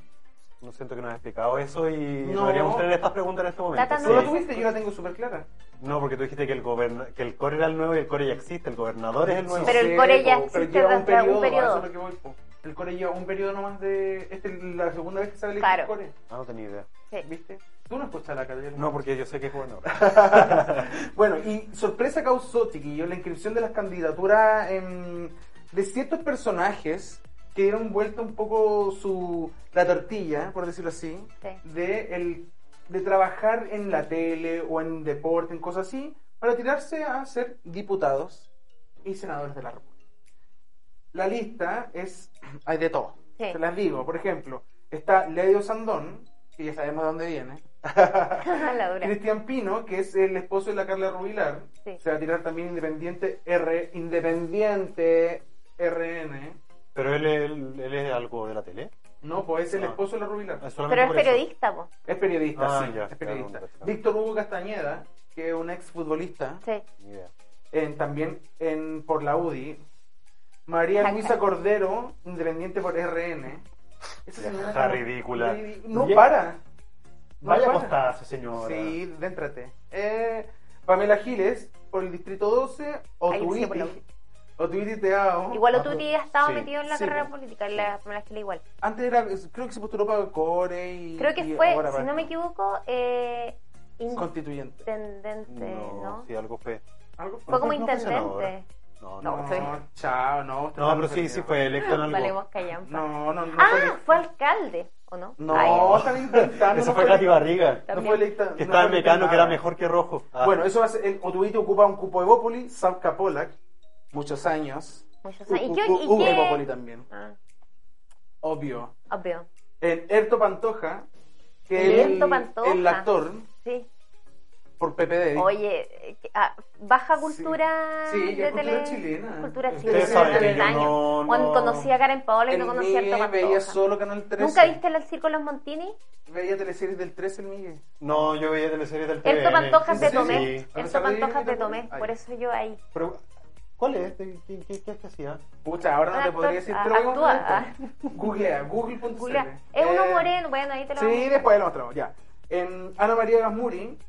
Speaker 4: No siento que nos ha explicado eso y
Speaker 2: No.
Speaker 4: deberíamos tener estas preguntas en este momento.
Speaker 3: Cata no
Speaker 2: ¿Tú la
Speaker 3: Sí.
Speaker 2: tuviste? Yo la tengo súper clara.
Speaker 4: No, porque tú dijiste que el, goberna- que el core era el nuevo y el core ya existe, el gobernador es el nuevo.
Speaker 3: Pero el
Speaker 2: Sí,
Speaker 3: core ya
Speaker 2: po, pero
Speaker 3: existe
Speaker 2: lleva
Speaker 3: desde un
Speaker 2: a
Speaker 3: periodo.
Speaker 2: eso es lo que voy, po. El core lleva un periodo nomás de... Esta es la segunda vez que sale
Speaker 3: Claro.
Speaker 2: el core.
Speaker 4: Ah, no tenía idea.
Speaker 3: sí.
Speaker 2: ¿Viste? Tú no escuchas la cadena.
Speaker 4: No, porque yo sé que es gobernador.
Speaker 2: bueno, y sorpresa causó, chiquillo, la inscripción de las candidaturas em, de ciertos personajes que dieron vuelta un poco su la tortilla, por decirlo así,
Speaker 3: Sí.
Speaker 2: de el de trabajar en la tele o en deporte, en cosas así, para tirarse a ser diputados y senadores de la República. La lista es hay de todo.
Speaker 3: Sí.
Speaker 2: Se las digo, por ejemplo, está Ledio Sandón, que ya sabemos de dónde viene.
Speaker 3: la dura.
Speaker 2: Cristian Pino, que es el esposo de la Carla Rubilar,
Speaker 3: Sí.
Speaker 2: se va a tirar también Independiente R, Independiente RN.
Speaker 4: Pero él, él- él es algo de la tele.
Speaker 2: No, pues es el
Speaker 4: Ah.
Speaker 2: esposo de la Rubilar.
Speaker 4: Ah, solamente
Speaker 3: Pero es
Speaker 4: por eso.
Speaker 3: periodista, po.
Speaker 2: Es periodista,
Speaker 4: Ah,
Speaker 2: sí,
Speaker 4: ya,
Speaker 2: es periodista.
Speaker 4: claro, claro.
Speaker 2: Víctor Hugo Castañeda, que es un ex futbolista,
Speaker 3: Sí.
Speaker 4: Ni idea.
Speaker 2: en- también en, por la UDI. María
Speaker 3: Jaca.
Speaker 2: Luisa Cordero, independiente por RN. Esa
Speaker 4: Ya
Speaker 2: señora
Speaker 4: está
Speaker 2: está-
Speaker 4: ridícula.
Speaker 2: ridi- No
Speaker 4: Ya-
Speaker 2: para. No
Speaker 4: Vaya
Speaker 2: para.
Speaker 4: costazo, señora.
Speaker 2: Sí, déntrate. Eh, Pamela Giles, por el distrito 12,
Speaker 3: Ahí sí,
Speaker 2: Otuiti.
Speaker 3: por la-
Speaker 2: Otuiti te hago.
Speaker 3: Igual
Speaker 4: Ah,
Speaker 3: Otuti ha estado
Speaker 4: sí,
Speaker 3: metido en la
Speaker 2: sí,
Speaker 3: carrera
Speaker 2: po.
Speaker 3: política, en la Pamela Giles igual.
Speaker 2: Antes era, creo que se postuló para el core y.
Speaker 3: Creo que
Speaker 2: y
Speaker 3: fue,
Speaker 2: ahora
Speaker 3: si
Speaker 2: para-
Speaker 3: no me equivoco, eh,
Speaker 2: Constituyente.
Speaker 3: intendente,
Speaker 4: No,
Speaker 3: ¿no?
Speaker 4: sí, algo fue.
Speaker 2: Algo
Speaker 3: Fue como
Speaker 4: No, no pasa nada ahora.
Speaker 3: intendente.
Speaker 4: No,
Speaker 3: No,
Speaker 4: no.
Speaker 2: No,
Speaker 3: sí.
Speaker 2: chao, no. usted
Speaker 4: No,
Speaker 2: está
Speaker 4: pero sí,
Speaker 2: perdido.
Speaker 4: sí fue electo en algo.
Speaker 3: Valemos callampa.
Speaker 2: No, no, no. fue
Speaker 3: ah,
Speaker 2: electa.
Speaker 3: fue alcalde, ¿o no?
Speaker 2: No,
Speaker 3: Ay,
Speaker 2: están intentando.
Speaker 4: Eso
Speaker 2: no
Speaker 4: fue Katy
Speaker 2: electa.
Speaker 4: Barriga.
Speaker 2: No
Speaker 3: También.
Speaker 2: fue electa.
Speaker 4: Que
Speaker 2: no
Speaker 4: estaba en
Speaker 2: fue electa
Speaker 4: Mecano, que era
Speaker 2: nada.
Speaker 4: mejor que Rojo. Ah.
Speaker 2: Bueno, eso va a ser. El Otuiti ocupa un cupo de Bópoli, Sabka Polak, muchos años.
Speaker 3: muchos años. ¿Y
Speaker 2: Hu-
Speaker 3: qué?
Speaker 2: hu-
Speaker 3: y
Speaker 2: hubo
Speaker 3: qué-
Speaker 2: Bópoli también,
Speaker 3: Ah,
Speaker 2: obvio.
Speaker 3: obvio.
Speaker 2: El Erto Pantoja, que
Speaker 3: El
Speaker 2: el,
Speaker 3: Erto Pantoja.
Speaker 2: el actor
Speaker 3: Sí.
Speaker 2: por PPD.
Speaker 3: Oye, eh, que- ah, baja cultura
Speaker 2: Sí,
Speaker 3: de
Speaker 2: ya cultura
Speaker 3: tele-
Speaker 2: chilena.
Speaker 3: Cultura
Speaker 2: Ustedes
Speaker 3: chilena.
Speaker 2: saben que
Speaker 3: hace
Speaker 2: yo
Speaker 3: años.
Speaker 4: no- no-
Speaker 3: Cuando conocí a Karen Paola y
Speaker 2: el
Speaker 3: no conocí a Arto
Speaker 2: Miguel
Speaker 3: Pantoja.
Speaker 2: veía solo Canal 13.
Speaker 3: ¿Nunca viste el circo Los Montini?
Speaker 2: Veía teleseries del 13 el Miguel.
Speaker 4: No, yo veía teleseries del TVN.
Speaker 3: Erto Pantojas de
Speaker 4: Sí,
Speaker 3: Tomé.
Speaker 4: sí.
Speaker 2: Ahora
Speaker 3: Erto
Speaker 2: está
Speaker 3: Pantojas
Speaker 2: bien,
Speaker 3: de
Speaker 2: ahorita
Speaker 3: Tomé.
Speaker 2: está
Speaker 3: Por
Speaker 2: bien.
Speaker 3: eso yo ahí.
Speaker 4: Pero, ¿Cuál es? ¿De- ¿Qué, qué, qué es que hacía?
Speaker 2: Pucha, ahora no te
Speaker 3: Actor-
Speaker 2: podría decir. te lo
Speaker 3: ah,
Speaker 2: voy a
Speaker 3: actúa,
Speaker 2: contar. Googlea, google.cl.
Speaker 3: Julia, Es uno
Speaker 2: Eh,
Speaker 3: moreno. Bueno, ahí te lo
Speaker 2: Sí,
Speaker 3: vamos.
Speaker 2: después lo mostramos, ya. En Ana María Gasmuri,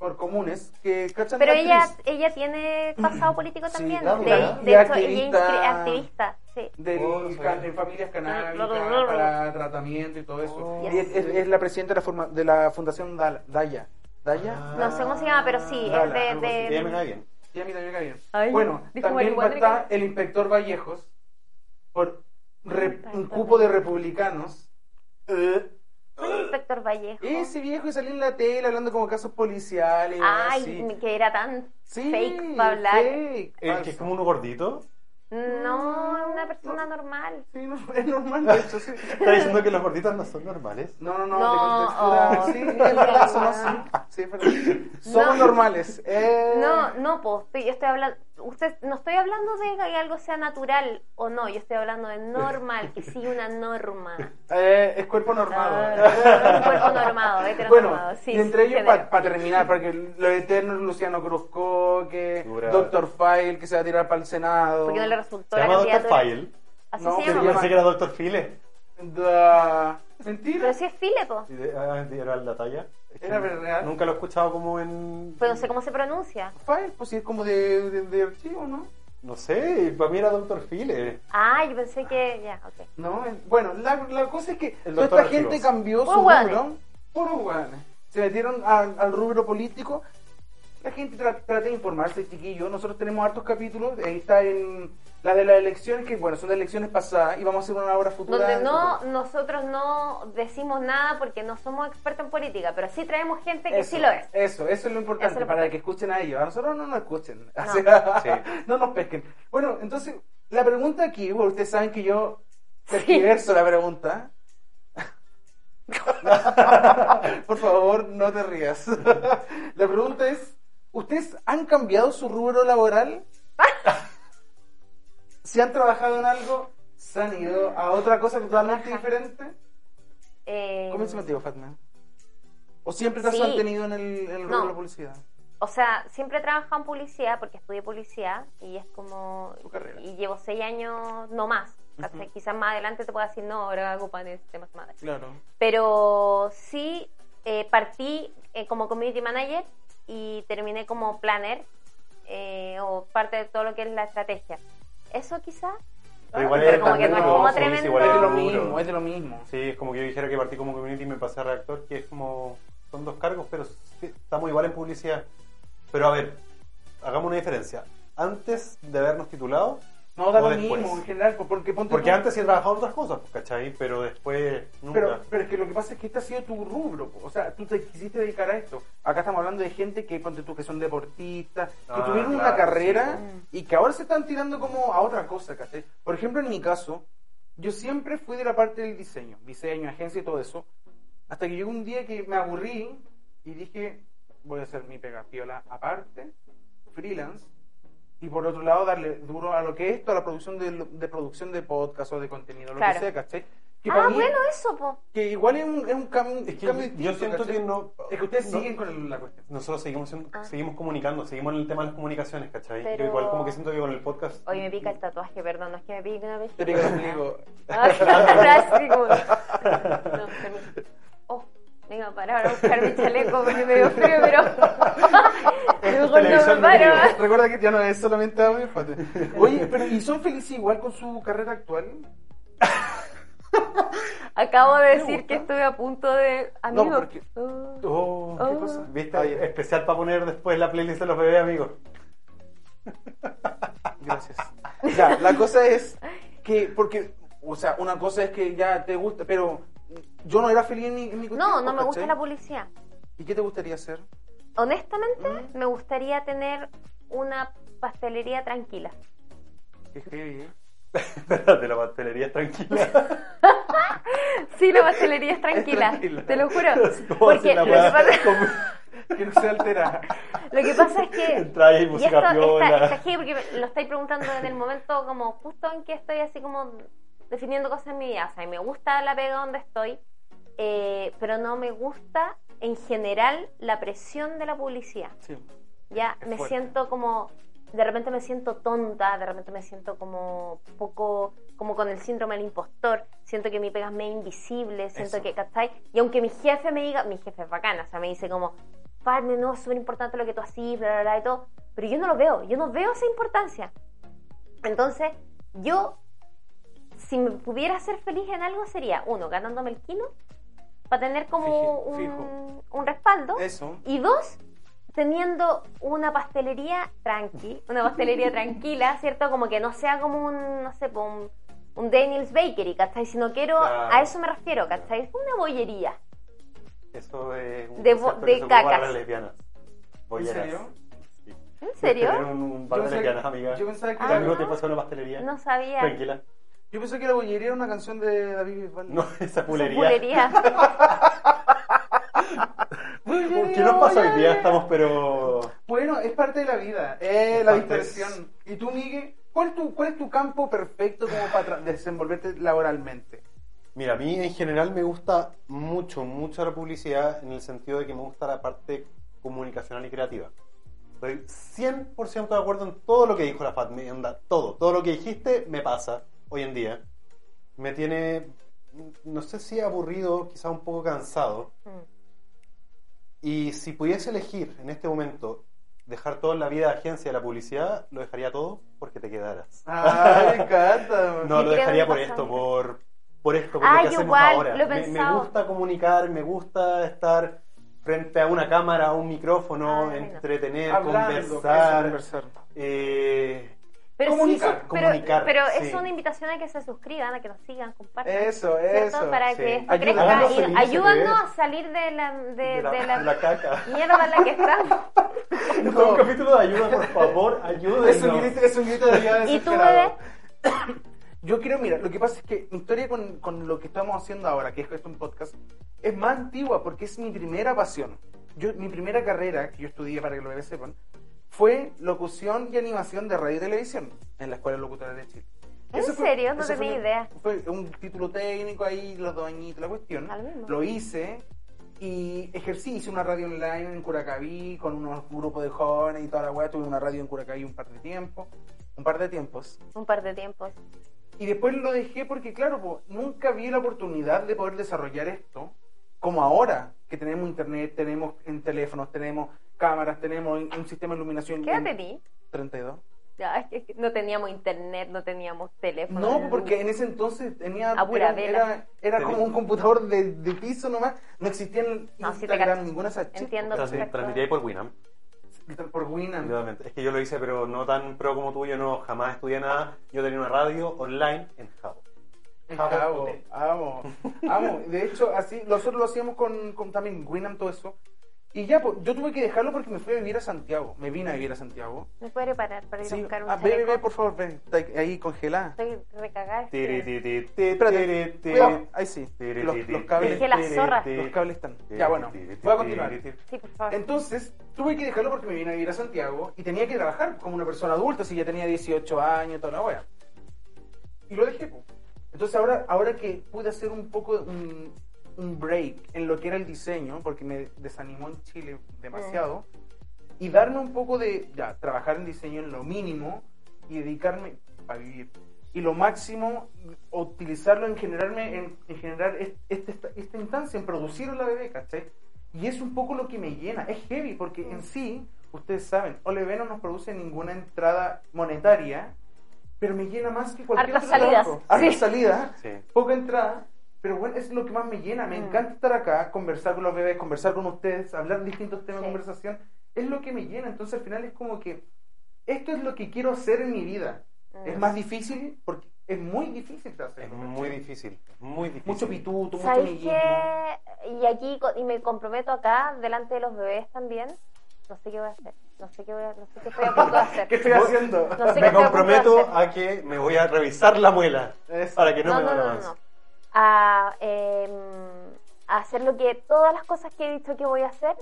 Speaker 2: por comunes, que cachan
Speaker 3: Pero
Speaker 2: la
Speaker 3: ella,
Speaker 2: actriz
Speaker 3: ella tiene pasado político
Speaker 2: Sí,
Speaker 3: también.
Speaker 4: claro,
Speaker 3: de,
Speaker 4: claro.
Speaker 3: de
Speaker 2: Y
Speaker 3: hecho,
Speaker 2: activista.
Speaker 3: ella es activista. Sí.
Speaker 2: del
Speaker 4: Oh, no sabía.
Speaker 2: can- en familias canábicas para tratamiento y todo eso.
Speaker 4: Oh.
Speaker 2: Pues, Y es, es- es la presidenta de la, forma- de la fundación Dal- Daya. ¿Daya?
Speaker 4: Ah,
Speaker 3: No sé cómo se llama, pero sí,
Speaker 2: Dala,
Speaker 3: es de-
Speaker 2: algo así.
Speaker 3: de.
Speaker 4: Ella me cae bien.
Speaker 2: Sí, a mí también me cae bien.
Speaker 3: Ay,
Speaker 2: bueno, también
Speaker 3: dijo
Speaker 2: va a
Speaker 3: marihuana
Speaker 2: estar
Speaker 3: que-
Speaker 2: el inspector Vallejos por re- un cupo de republicanos. Eh,
Speaker 3: ¿Cuál es el inspector Vallejo?
Speaker 2: ese viejo y salió en la tele hablando como casos policiales.
Speaker 3: Ay,
Speaker 2: así.
Speaker 3: me- que era tan
Speaker 2: Sí,
Speaker 3: fake para hablar.
Speaker 2: fake,
Speaker 4: El que
Speaker 2: falso.
Speaker 4: es como uno gordito.
Speaker 3: No, es una persona normal.
Speaker 2: Sí, no, es normal, de hecho, sí.
Speaker 4: Está diciendo que los gorditos no son normales.
Speaker 2: No, no, no,
Speaker 3: No,
Speaker 2: de contextura.
Speaker 3: oh,
Speaker 2: sí,
Speaker 3: qué
Speaker 2: es verdad,
Speaker 3: broma.
Speaker 2: somos así. Sí, es verdad. Somos
Speaker 3: No.
Speaker 2: normales. eh.
Speaker 3: No, no, pues estoy- yo estoy hablando, usted, no estoy hablando de que algo sea natural o no, yo estoy hablando de normal, que sigue una norma.
Speaker 2: Eh, es cuerpo normado. ¿eh?
Speaker 3: Ah, un cuerpo normado, heteronormado,
Speaker 2: Bueno,
Speaker 3: sí.
Speaker 2: y entre
Speaker 3: sí,
Speaker 2: ellos,
Speaker 3: te
Speaker 2: para
Speaker 3: veo.
Speaker 2: terminar, porque lo eterno es Luciano Cruzco, que
Speaker 4: Dura.
Speaker 2: Doctor File, que se va a tirar para el Senado.
Speaker 3: Porque no le resultó
Speaker 4: Se
Speaker 3: la
Speaker 4: llama Dr.
Speaker 3: candidatura.
Speaker 4: File.
Speaker 3: Así
Speaker 2: No,
Speaker 3: se
Speaker 2: pero
Speaker 3: llama.
Speaker 4: Yo pensé que era Dr. File.
Speaker 2: Da- Mentira.
Speaker 3: Pero sí es Filepo,
Speaker 4: Y de- ah, Era la talla. Es que
Speaker 2: Era verdad.
Speaker 4: Nunca lo he escuchado como en.
Speaker 3: pero Pues no sé cómo se pronuncia.
Speaker 2: File, pues sí, es como de, de- de archivo, ¿no?
Speaker 4: No sé, para mí era Dr. File.
Speaker 3: Ah, yo pensé que, ya, ok.
Speaker 2: No, es- bueno, la, la cosa es que
Speaker 4: El
Speaker 2: toda
Speaker 4: doctor
Speaker 2: esta gente
Speaker 4: Archivos.
Speaker 2: cambió
Speaker 3: Puros
Speaker 2: su
Speaker 3: hueones.
Speaker 2: rubro por hueones. Se metieron al, al rubro político. La gente tra- trata de informarse, chiquillos. Nosotros tenemos hartos capítulos. Ahí está en la de las elecciones, que bueno, son las elecciones pasadas y vamos a hacer una obra futura.
Speaker 3: Donde
Speaker 2: en
Speaker 3: no,
Speaker 2: futuro.
Speaker 3: nosotros no decimos nada porque no somos expertos en política, pero sí traemos gente que
Speaker 2: eso,
Speaker 3: sí lo es.
Speaker 2: Eso, eso es lo importante,
Speaker 3: Eso es lo
Speaker 2: para
Speaker 3: importante.
Speaker 2: que escuchen a ellos. A nosotros no nos escuchen.
Speaker 3: No.
Speaker 2: O sea,
Speaker 4: Sí.
Speaker 2: no nos pesquen. Bueno, entonces, la pregunta aquí, bueno, ustedes saben que yo tergiverso la pregunta. Por favor, no te rías. la pregunta es, ¿ustedes han cambiado su rubro laboral? ¿Se han trabajado en algo? ¿Se han ido a otra cosa totalmente
Speaker 3: Ajá.
Speaker 2: diferente?
Speaker 3: Eh,
Speaker 2: ¿Cómo se contigo, Fatman? ¿O siempre te has
Speaker 3: Sí.
Speaker 2: mantenido en el, en el rubro
Speaker 3: No.
Speaker 2: de la publicidad?
Speaker 3: O sea, siempre he trabajado en publicidad porque estudié publicidad y es como.
Speaker 2: Tu carrera.
Speaker 3: Y llevo seis años no más. Hasta
Speaker 2: Ujú.
Speaker 3: Quizás más adelante te pueda decir, no, ahora hago panes de más madre.
Speaker 2: Claro.
Speaker 3: Pero sí eh, partí eh, como community manager y terminé como planner eh, o parte de todo lo que es la estrategia. Eso quizás.
Speaker 4: Pero igual
Speaker 3: Pero
Speaker 4: es
Speaker 3: como que no es como
Speaker 4: sí, sí,
Speaker 3: tremendo.
Speaker 4: igual
Speaker 2: Es de lo
Speaker 4: duro.
Speaker 2: mismo, es de lo mismo.
Speaker 4: Sí, es como que yo dijera que partí como community y me pasé a redactor, que es como. Son dos cargos, pero sí, estamos igual en publicidad. Pero a ver, hagamos una diferencia. Antes de habernos titulado,
Speaker 2: No da
Speaker 4: O
Speaker 2: lo
Speaker 4: después.
Speaker 2: mismo en general, porque ponte
Speaker 4: porque
Speaker 2: tú-
Speaker 4: antes sí he trabajado en otras cosas, pues, ¿cachai? Pero después nunca.
Speaker 2: Pero, pero es que lo que pasa es que este ha sido tu rubro, po. o sea, tú te quisiste dedicar a esto. Acá estamos hablando de gente que, ponte tú, que son deportistas, que
Speaker 4: Ah,
Speaker 2: tuvieron una
Speaker 4: claro,
Speaker 2: carrera
Speaker 3: sí.
Speaker 2: y que ahora se están tirando como a otra cosa, ¿cachai? Por ejemplo, en mi caso, yo siempre fui de la parte del diseño, diseño, agencia y todo eso, Hasta que llegó un día que me aburrí y dije, voy a hacer mi pegapiola aparte, freelance, y por otro lado darle duro a lo que es esto, a la producción de, lo- de producción de podcast o de contenido, lo
Speaker 3: Claro.
Speaker 2: que sea, ¿cachai? Que
Speaker 3: Ah,
Speaker 2: para mí-
Speaker 3: bueno, eso, po.
Speaker 2: que igual es un, es un cam- un cambio.
Speaker 4: Es que yo
Speaker 2: distinto,
Speaker 4: siento
Speaker 2: ¿cachai?
Speaker 4: que no-
Speaker 2: Es que ustedes
Speaker 4: no-
Speaker 2: siguen con el- la cuestión.
Speaker 4: Nosotros seguimos siendo-
Speaker 3: Ah.
Speaker 4: seguimos comunicando, seguimos en el tema de las comunicaciones, ¿cachai?
Speaker 3: Pero-
Speaker 4: Yo igual como que siento que con el podcast...
Speaker 3: Hoy me pica el tatuaje, perdón, no es que me pique una vez.
Speaker 2: Te digo, te digo,
Speaker 3: Ay, así como- No, permiso. Oh, venga, para ahora a buscar mi chaleco porque me dio frío, pero. Luego no me
Speaker 4: televisión
Speaker 3: paro.
Speaker 2: Recuerda que ya no es solamente audio. espérate. Oye, pero ¿y son felices igual con su carrera actual?
Speaker 3: Acabo de decir
Speaker 2: gusta.
Speaker 3: que estuve a punto de. Amigo.
Speaker 2: porque-
Speaker 3: Oh.
Speaker 4: Oh,
Speaker 3: Oh.
Speaker 4: ¿qué cosa? ¿Viste?
Speaker 2: Oye.
Speaker 4: Especial para poner después la playlist de los bebés, amigos.
Speaker 2: Gracias. Ya, la cosa es que, porque, o sea, una cosa es que ya te gusta, pero yo no era feliz en mi, en mi
Speaker 3: No,
Speaker 2: cuestión,
Speaker 3: no me gusta
Speaker 2: ¿cachai?
Speaker 3: la publicidad.
Speaker 2: ¿Y qué te gustaría hacer?
Speaker 3: Honestamente, me gustaría tener una pastelería tranquila.
Speaker 2: Qué heavy, ¿eh?
Speaker 4: de la pastelería tranquila.
Speaker 3: Sí, la pastelería es tranquila,
Speaker 2: tranquila.
Speaker 3: te lo juro.
Speaker 4: Como si
Speaker 3: Porque
Speaker 4: la
Speaker 3: lo que,
Speaker 4: weá-
Speaker 3: pasa,
Speaker 2: Que no se altera.
Speaker 3: lo que pasa es que...
Speaker 4: Entra ahí,
Speaker 3: y
Speaker 4: música
Speaker 3: esto
Speaker 4: piola.
Speaker 3: está, está heavy porque me- lo estáis preguntando en el momento como justo en que estoy así como definiendo cosas en mi vida. O sea, me gusta la pega donde estoy, eh, pero no me gusta en general la presión de la publicidad.
Speaker 2: Sí.
Speaker 3: Ya
Speaker 2: Es
Speaker 3: me
Speaker 2: fuerte.
Speaker 3: siento como, de repente me siento tonta, de repente me siento como poco, como con el síndrome del impostor, siento que mi pega es medio invisible, siento
Speaker 2: Eso.
Speaker 3: que, ¿cachai? Y aunque mi jefe me diga, mi jefe es bacana, o sea, me dice como, Padre, no, es súper importante lo que tú haces, bla, bla, bla, y todo, pero yo no lo veo, yo no veo esa importancia. Entonces, yo, si me pudiera ser feliz en algo, sería, uno, ganándome el kilo, para tener como
Speaker 2: Fijo, fijo.
Speaker 3: un, un respaldo.
Speaker 2: Eso.
Speaker 3: Y dos, teniendo una pastelería tranqui, una pastelería tranquila, ¿cierto? Como que no sea como un, no sé, po, un, un Daniels Bakery, ¿cachai? Si no quiero,
Speaker 4: Claro.
Speaker 3: a eso me refiero, ¿cachai? Es una bollería.
Speaker 4: Eso es un
Speaker 3: De bo-
Speaker 4: concepto
Speaker 3: de
Speaker 4: que se ocupa
Speaker 3: cacas.
Speaker 4: para las lesbianas.
Speaker 2: ¿En
Speaker 4: Bolleras.
Speaker 2: serio?
Speaker 3: ¿En
Speaker 4: Tener
Speaker 3: serio?
Speaker 4: Un, un bar de
Speaker 2: pensé-
Speaker 4: lesbianas, amiga.
Speaker 2: yo pensaba que
Speaker 3: Ah.
Speaker 4: ¿Tu
Speaker 2: era-
Speaker 4: amigo te pasó una pastelería?
Speaker 3: No sabía.
Speaker 4: Tranquila.
Speaker 2: Yo pensé que la bollería era una canción de David Bisbal.
Speaker 4: No, esa pulería.
Speaker 3: Bulería.
Speaker 4: ¿Qué nos pasa hoy día? Estamos pero...
Speaker 2: Bueno, es parte de la vida, eh, la
Speaker 4: Parte es-
Speaker 2: distracción. ¿Y tú, Miguel? ¿Cuál, tu, ¿Cuál es tu campo perfecto como para tra- desenvolverte laboralmente?
Speaker 4: Mira, a mí en general me gusta mucho, mucho la publicidad en el sentido de que me gusta la parte comunicacional y creativa. Estoy 100% de acuerdo en todo lo que dijo la Fatme, onda, todo, todo lo que dijiste me pasa hoy en día. Me tiene, no sé si aburrido, quizá un poco cansado. Y si pudiese elegir en este momento dejar todo en la vida de agencia de la publicidad, lo dejaría todo porque te quedaras.
Speaker 2: Ah, me encanta.
Speaker 4: No, lo
Speaker 3: creo
Speaker 4: dejaría
Speaker 3: que
Speaker 4: por
Speaker 3: pasa
Speaker 4: esto,
Speaker 3: mucho.
Speaker 4: por, por esto, por
Speaker 3: Ah,
Speaker 4: lo que
Speaker 3: yo
Speaker 4: hacemos
Speaker 3: igual,
Speaker 4: ahora.
Speaker 3: lo he
Speaker 4: Me- me,
Speaker 3: pensado.
Speaker 4: gusta comunicar, me gusta estar frente a una cámara, a un micrófono,
Speaker 3: Ay, no.
Speaker 4: entretener,
Speaker 2: Hablando,
Speaker 4: conversar.
Speaker 2: eso, conversar.
Speaker 4: eh,
Speaker 3: Pero, sí,
Speaker 2: Comunicar,
Speaker 3: eso-
Speaker 4: comunicar,
Speaker 3: pero, pero es
Speaker 4: sí.
Speaker 3: una invitación a que se suscriban, a que nos sigan, compartan.
Speaker 2: Eso,
Speaker 3: ¿cierto?
Speaker 2: eso.
Speaker 3: Para
Speaker 4: sí.
Speaker 3: que esto
Speaker 2: Ayúdanos
Speaker 3: crezca
Speaker 4: a
Speaker 3: y
Speaker 4: felices,
Speaker 3: ayúdanos
Speaker 4: bebés.
Speaker 3: a salir de la, de,
Speaker 4: de la,
Speaker 3: de la
Speaker 4: de la caca.
Speaker 3: mierda en la que estamos.
Speaker 4: Todo un capítulo de ayuda, por favor, ayúdenos.
Speaker 2: Es un grito, es un grito de ayuda
Speaker 3: ¿Y tú,
Speaker 2: desesperado.
Speaker 3: bebé?
Speaker 2: Yo quiero, mira, lo que pasa es que mi historia con, con lo que estamos haciendo ahora, que es esto un podcast, es más antigua porque es mi primera pasión. Yo, mi primera carrera, que yo estudié para que lo bebés sepan, fue locución y animación de radio y televisión en la Escuela Locutora de Chile.
Speaker 3: ¿En
Speaker 2: Ese
Speaker 3: serio? No
Speaker 2: ese
Speaker 3: tenía
Speaker 2: fue mi-
Speaker 3: idea.
Speaker 2: Fue un título técnico ahí, los dos añitos, la cuestión.
Speaker 3: Al mismo.
Speaker 2: Lo hice y ejercí, hice una radio online en Curacaví con unos grupos de jóvenes y toda la weá. Tuve una radio en Curacaví un par de tiempos, un par de tiempos.
Speaker 3: Un par de tiempos.
Speaker 2: Y después lo dejé porque, claro, po, nunca vi la oportunidad de poder desarrollar esto como ahora, que tenemos internet, tenemos en teléfonos, tenemos cámaras, tenemos un un sistema de iluminación.
Speaker 3: ¿Qué edad tení?
Speaker 2: 32.
Speaker 3: Ya, es que no teníamos internet, no teníamos teléfono.
Speaker 2: No, porque en ese entonces tenía.
Speaker 3: A Ah, pura
Speaker 2: era,
Speaker 3: vela.
Speaker 2: era- era
Speaker 4: Tenés-
Speaker 2: como un computador de, de piso nomás. No existía en
Speaker 3: No, sí te
Speaker 2: Instagram
Speaker 3: cacho.
Speaker 2: ninguna de esas chicas.
Speaker 3: Entiendo.
Speaker 4: Transmi- Transmití ahí por Winamp.
Speaker 2: Por Winamp.
Speaker 4: Indudablemente. Es que yo lo hice, pero no tan pro como tú. Yo no jamás estudié nada. Yo tenía una radio online en Jabo.
Speaker 2: Amo, amo, amo. De hecho, así, nosotros lo hacíamos con, con también Winamp, todo eso. Y ya, pues, yo tuve que dejarlo porque me fui a vivir a Santiago. Me vine a vivir a Santiago.
Speaker 3: ¿Me puede parar para ir a
Speaker 2: Sí,
Speaker 3: buscar un
Speaker 2: ah, ve, ve,
Speaker 3: chaleco?
Speaker 2: ve, por favor, ve. Está ahí congelada.
Speaker 3: Estoy recagada.
Speaker 4: Tiri,
Speaker 3: Estoy-
Speaker 4: ti, ti, ti,
Speaker 2: Espérate,
Speaker 4: tiri, ti.
Speaker 2: cuidado, ahí sí.
Speaker 4: Tiri,
Speaker 2: Los,
Speaker 4: tiri,
Speaker 2: los cables,
Speaker 3: Dejé la zorra.
Speaker 2: los cables están. Ya, bueno, voy a continuar.
Speaker 3: Sí, por favor.
Speaker 2: Entonces, tuve que dejarlo porque me vine a vivir a Santiago y tenía que trabajar como una persona adulta, si ya tenía 18 años, toda la wea. Y lo dejé. po. Entonces, ahora, ahora que pude hacer un poco un, un break en lo que era el diseño, porque me desanimó en Chile demasiado, y darme un poco de, ya, trabajar en diseño en lo mínimo y dedicarme a vivir. Y lo máximo, utilizarlo en generarme, en, en generar es- este- esta, esta instancia, en producir la bebé, ¿cachai? Y es un poco lo que me llena, es heavy, porque en sí, ustedes saben, Oleve no nos produce ninguna entrada monetaria, pero me llena más que cualquier
Speaker 3: Hartas
Speaker 2: otro
Speaker 3: salidas,
Speaker 2: trabajo.
Speaker 3: sí.
Speaker 2: Hartas salidas,
Speaker 4: Sí.
Speaker 2: poca entrada, pero bueno, es lo que más me llena. Me
Speaker 3: Mm.
Speaker 2: encanta estar acá, conversar con los bebés, conversar con ustedes, hablar distintos temas
Speaker 3: Sí.
Speaker 2: de conversación. Es lo que me llena. Entonces al final es como que esto es lo que quiero hacer en mi vida.
Speaker 3: Mm.
Speaker 2: Es más difícil porque es muy difícil de
Speaker 4: Es
Speaker 2: hacerlo.
Speaker 4: muy difícil, muy difícil.
Speaker 2: Mucho pituto, mucho
Speaker 3: ¿Sabéis
Speaker 2: amiguismo.
Speaker 3: qué? Y aquí, co- y me comprometo acá, delante de los bebés también. No sé qué voy a hacer. No sé qué voy a, no sé qué estoy a punto de hacer.
Speaker 2: ¿Qué estoy haciendo?
Speaker 3: No sé qué estoy
Speaker 4: me
Speaker 3: a punto de
Speaker 4: comprometo
Speaker 3: hacer.
Speaker 4: a que me voy a revisar la muela
Speaker 2: Eso.
Speaker 4: para que no,
Speaker 3: no,
Speaker 4: me
Speaker 3: no,
Speaker 4: duela
Speaker 3: no,
Speaker 4: más.
Speaker 3: no. A, em, a hacer lo que todas las cosas que he dicho que voy a hacer,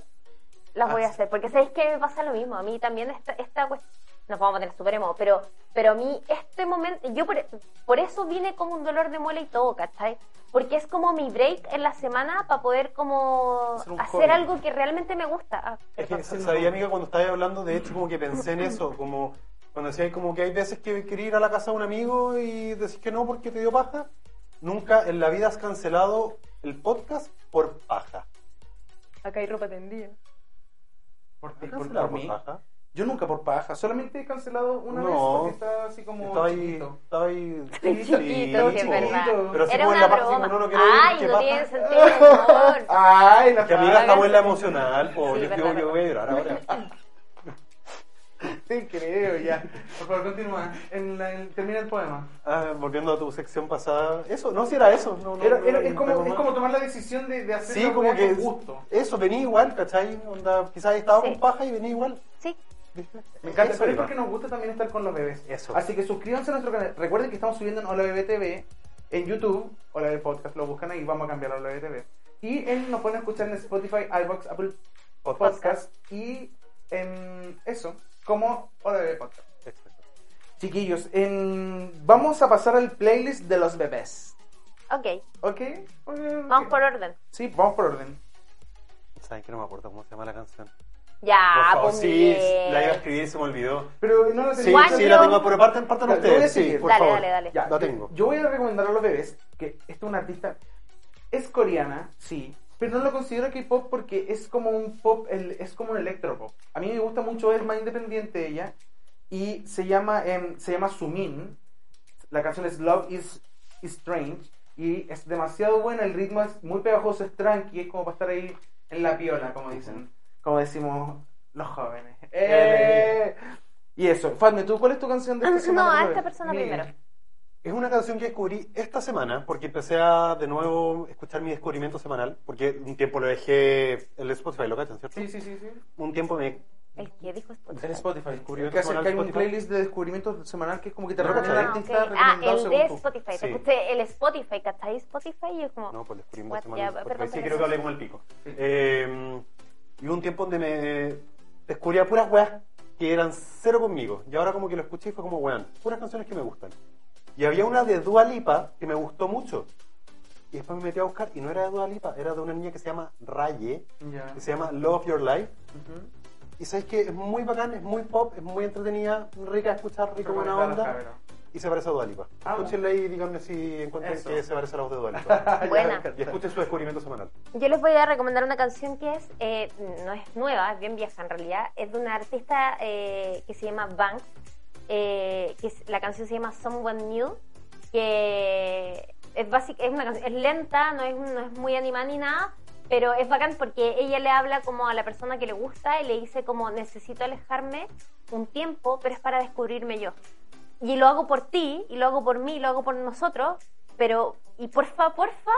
Speaker 3: las
Speaker 2: Ah,
Speaker 3: voy a
Speaker 2: sí.
Speaker 3: hacer. Porque sabéis que me pasa lo mismo. A mí también esta, esta cuestión. Nos vamos a tener súper emo, pero, pero a mí este momento, yo por, por eso vine como un dolor de muela y todo, ¿cachai? Porque es como mi break en la semana para poder como
Speaker 2: Hacer un
Speaker 3: hacer
Speaker 2: hobby.
Speaker 3: algo que realmente me gusta. Ah,
Speaker 4: Es que, sabía, amiga, cuando estabas hablando, de hecho, como que pensé en eso, como cuando decías como que hay veces que quería ir a la casa de un amigo y decís que no porque te dio paja. Nunca en la vida has cancelado el podcast por
Speaker 3: Ah,
Speaker 4: paja.
Speaker 5: Acá hay ropa tendida.
Speaker 2: Por, ti, por-
Speaker 4: ¿Has
Speaker 2: por
Speaker 4: cancelado por,
Speaker 2: mí.
Speaker 4: paja?
Speaker 2: Yo nunca por paja. Solamente he cancelado una
Speaker 4: No.
Speaker 2: vez porque estaba así como
Speaker 4: Estaba ahí,
Speaker 2: chiquito.
Speaker 4: estaba ahí
Speaker 3: Chiquito, sí, es verdad.
Speaker 4: Pero así
Speaker 3: Era
Speaker 4: como en
Speaker 3: una
Speaker 4: la paja,
Speaker 3: broma.
Speaker 4: como no, no quiero ir,
Speaker 3: Ay,
Speaker 4: ¿qué
Speaker 3: no
Speaker 4: paja?
Speaker 3: tiene sentido, mi amor.
Speaker 2: Ah. Ay, la
Speaker 4: Que amiga,
Speaker 2: paja.
Speaker 4: esta abuela emocional,
Speaker 3: Sí,
Speaker 4: po, yo
Speaker 3: verdad,
Speaker 4: creo que
Speaker 3: verdad.
Speaker 4: voy a llorar ahora.
Speaker 2: Te creo ya. Por favor, continúa. En la- en- termina el poema.
Speaker 4: Ah, volviendo a tu sección pasada, eso, no, si era eso. No, no,
Speaker 2: Era-
Speaker 4: no,
Speaker 2: era-
Speaker 4: no,
Speaker 2: es, como,
Speaker 4: no, no.
Speaker 2: es como tomar la decisión de, de hacer
Speaker 4: Sí,
Speaker 2: la
Speaker 4: como
Speaker 2: weá
Speaker 4: que
Speaker 2: con gusto.
Speaker 4: eso, venía igual, ¿cachai? Onda, quizás estaba
Speaker 3: Sí.
Speaker 4: con paja y venía igual.
Speaker 3: Sí,
Speaker 4: ¿viste?
Speaker 2: Me encanta,
Speaker 4: Eso
Speaker 2: pero es
Speaker 4: iba.
Speaker 2: porque nos gusta también estar con los bebés.
Speaker 4: Eso.
Speaker 2: Así que suscríbanse a nuestro canal. Recuerden que estamos subiendo en Hola Bebé TV, en YouTube, Hola Bebé Podcast, lo buscan ahí, vamos a cambiar a Hola Bebé TV. Y en- nos pueden escuchar en Spotify, iBox, Apple Podcast, y en eso, como Hola Bebé Podcast.
Speaker 4: Exacto.
Speaker 2: Chiquillos, en- vamos a pasar al playlist de los bebés.
Speaker 3: ok.
Speaker 2: ¿Ok? Ok, ok.
Speaker 3: Vamos por orden.
Speaker 2: Sí, vamos por orden.
Speaker 4: ¿Saben que no me acuerdo cómo se llama la canción?
Speaker 3: Ya,
Speaker 4: Por favor,
Speaker 3: pues
Speaker 4: sí,
Speaker 3: bien.
Speaker 4: la iba a escribir y se me olvidó.
Speaker 2: Pero no lo
Speaker 4: Sí,
Speaker 2: tenemos-
Speaker 4: sí,
Speaker 3: you.
Speaker 4: la tengo, pero partan, partan
Speaker 2: Ya, lo voy a
Speaker 4: ustedes. Sí,
Speaker 2: seguir.
Speaker 4: por
Speaker 3: Dale,
Speaker 4: favor.
Speaker 3: dale, dale.
Speaker 2: Ya,
Speaker 4: La
Speaker 2: yo-
Speaker 4: tengo.
Speaker 2: Yo voy a recomendar a los bebés que esta es una artista. Es coreana, sí. Pero no lo considero K-pop porque es como un pop, el- es como un electropop. A mí me gusta mucho, es más independiente ella. Y se llama, em, se llama Sumin. La canción es Love is, is Strange. Y es demasiado buena, el ritmo es muy pegajoso, es tranqui, es como para estar ahí en la piola, como dicen. Como decimos los jóvenes. ¡Eh! Y eso. Fatme, ¿tú cuál es tu canción de esta
Speaker 3: Ah, No,
Speaker 2: semana de
Speaker 3: a
Speaker 2: bebés?
Speaker 3: esta persona
Speaker 2: Mira.
Speaker 3: primero.
Speaker 4: Es una canción que descubrí esta semana porque empecé a de nuevo escuchar mi descubrimiento semanal porque un tiempo lo dejé el Spotify, lo cachan, ¿cierto?
Speaker 2: Sí, sí, sí, sí.
Speaker 4: Un tiemento me
Speaker 3: El que dijo Spotify.
Speaker 2: En Spotify, descubrimiento
Speaker 4: Que hace-
Speaker 2: semanal,
Speaker 4: que hay un
Speaker 2: Spotify.
Speaker 4: playlist de descubrimientos semanal que es como que te Ah,
Speaker 2: recomienda
Speaker 4: ok.
Speaker 2: el
Speaker 3: ok.
Speaker 2: artista
Speaker 3: Ah,
Speaker 2: recomendado
Speaker 3: el
Speaker 2: según
Speaker 3: de
Speaker 2: tú.
Speaker 3: Spotify.
Speaker 4: Sí.
Speaker 3: Te puse el Spotify, ¿cachai? Spotify y es como.
Speaker 4: No, pues por descubrimiento
Speaker 3: What?
Speaker 4: semanal.
Speaker 3: Ya,
Speaker 4: Porque
Speaker 3: perdón,
Speaker 4: sí,
Speaker 3: por
Speaker 4: creo que
Speaker 3: eso.
Speaker 4: hablé con el pico.
Speaker 2: Sí.
Speaker 4: Eh, y hubo un tiempo donde me descubrí a puras weas que eran cero conmigo. Y ahora como que lo escuché y fue como, weón, puras canciones que me gustan. Y había una de Dua Lipa que me gustó mucho. Y después me metí a buscar y no era de Dua Lipa, era de una niña que se llama Raye,
Speaker 2: Ya.
Speaker 4: que se llama Love Your Life.
Speaker 2: Ujú.
Speaker 4: Y sabéis que es muy bacán, es muy pop, es muy entretenida, rica de escuchar, rica buena
Speaker 2: Recomendado,
Speaker 4: onda.
Speaker 2: cabrón.
Speaker 4: Y se parece a Dua Lipa.
Speaker 2: Ah,
Speaker 4: Escúchenla y díganme si encuentran
Speaker 2: Eso.
Speaker 4: que se parece a la voz de Dua Lipa.
Speaker 3: Buena.
Speaker 4: y escuchen su descubrimiento semanal.
Speaker 3: Yo les voy a recomendar una canción que es eh, no es nueva, es bien vieja en realidad. Es de una artista eh, que se llama Banks. eh, que es- la canción se llama Someone New. Que es básica, es una canción, es lenta, no es, no es muy animada ni nada. Pero es bacán porque ella le habla como a la persona que le gusta y le dice como necesito alejarme un tiempo, pero es para descubrirme yo y lo hago por ti, y lo hago por mí, y lo hago por nosotros, pero, y porfa, porfa,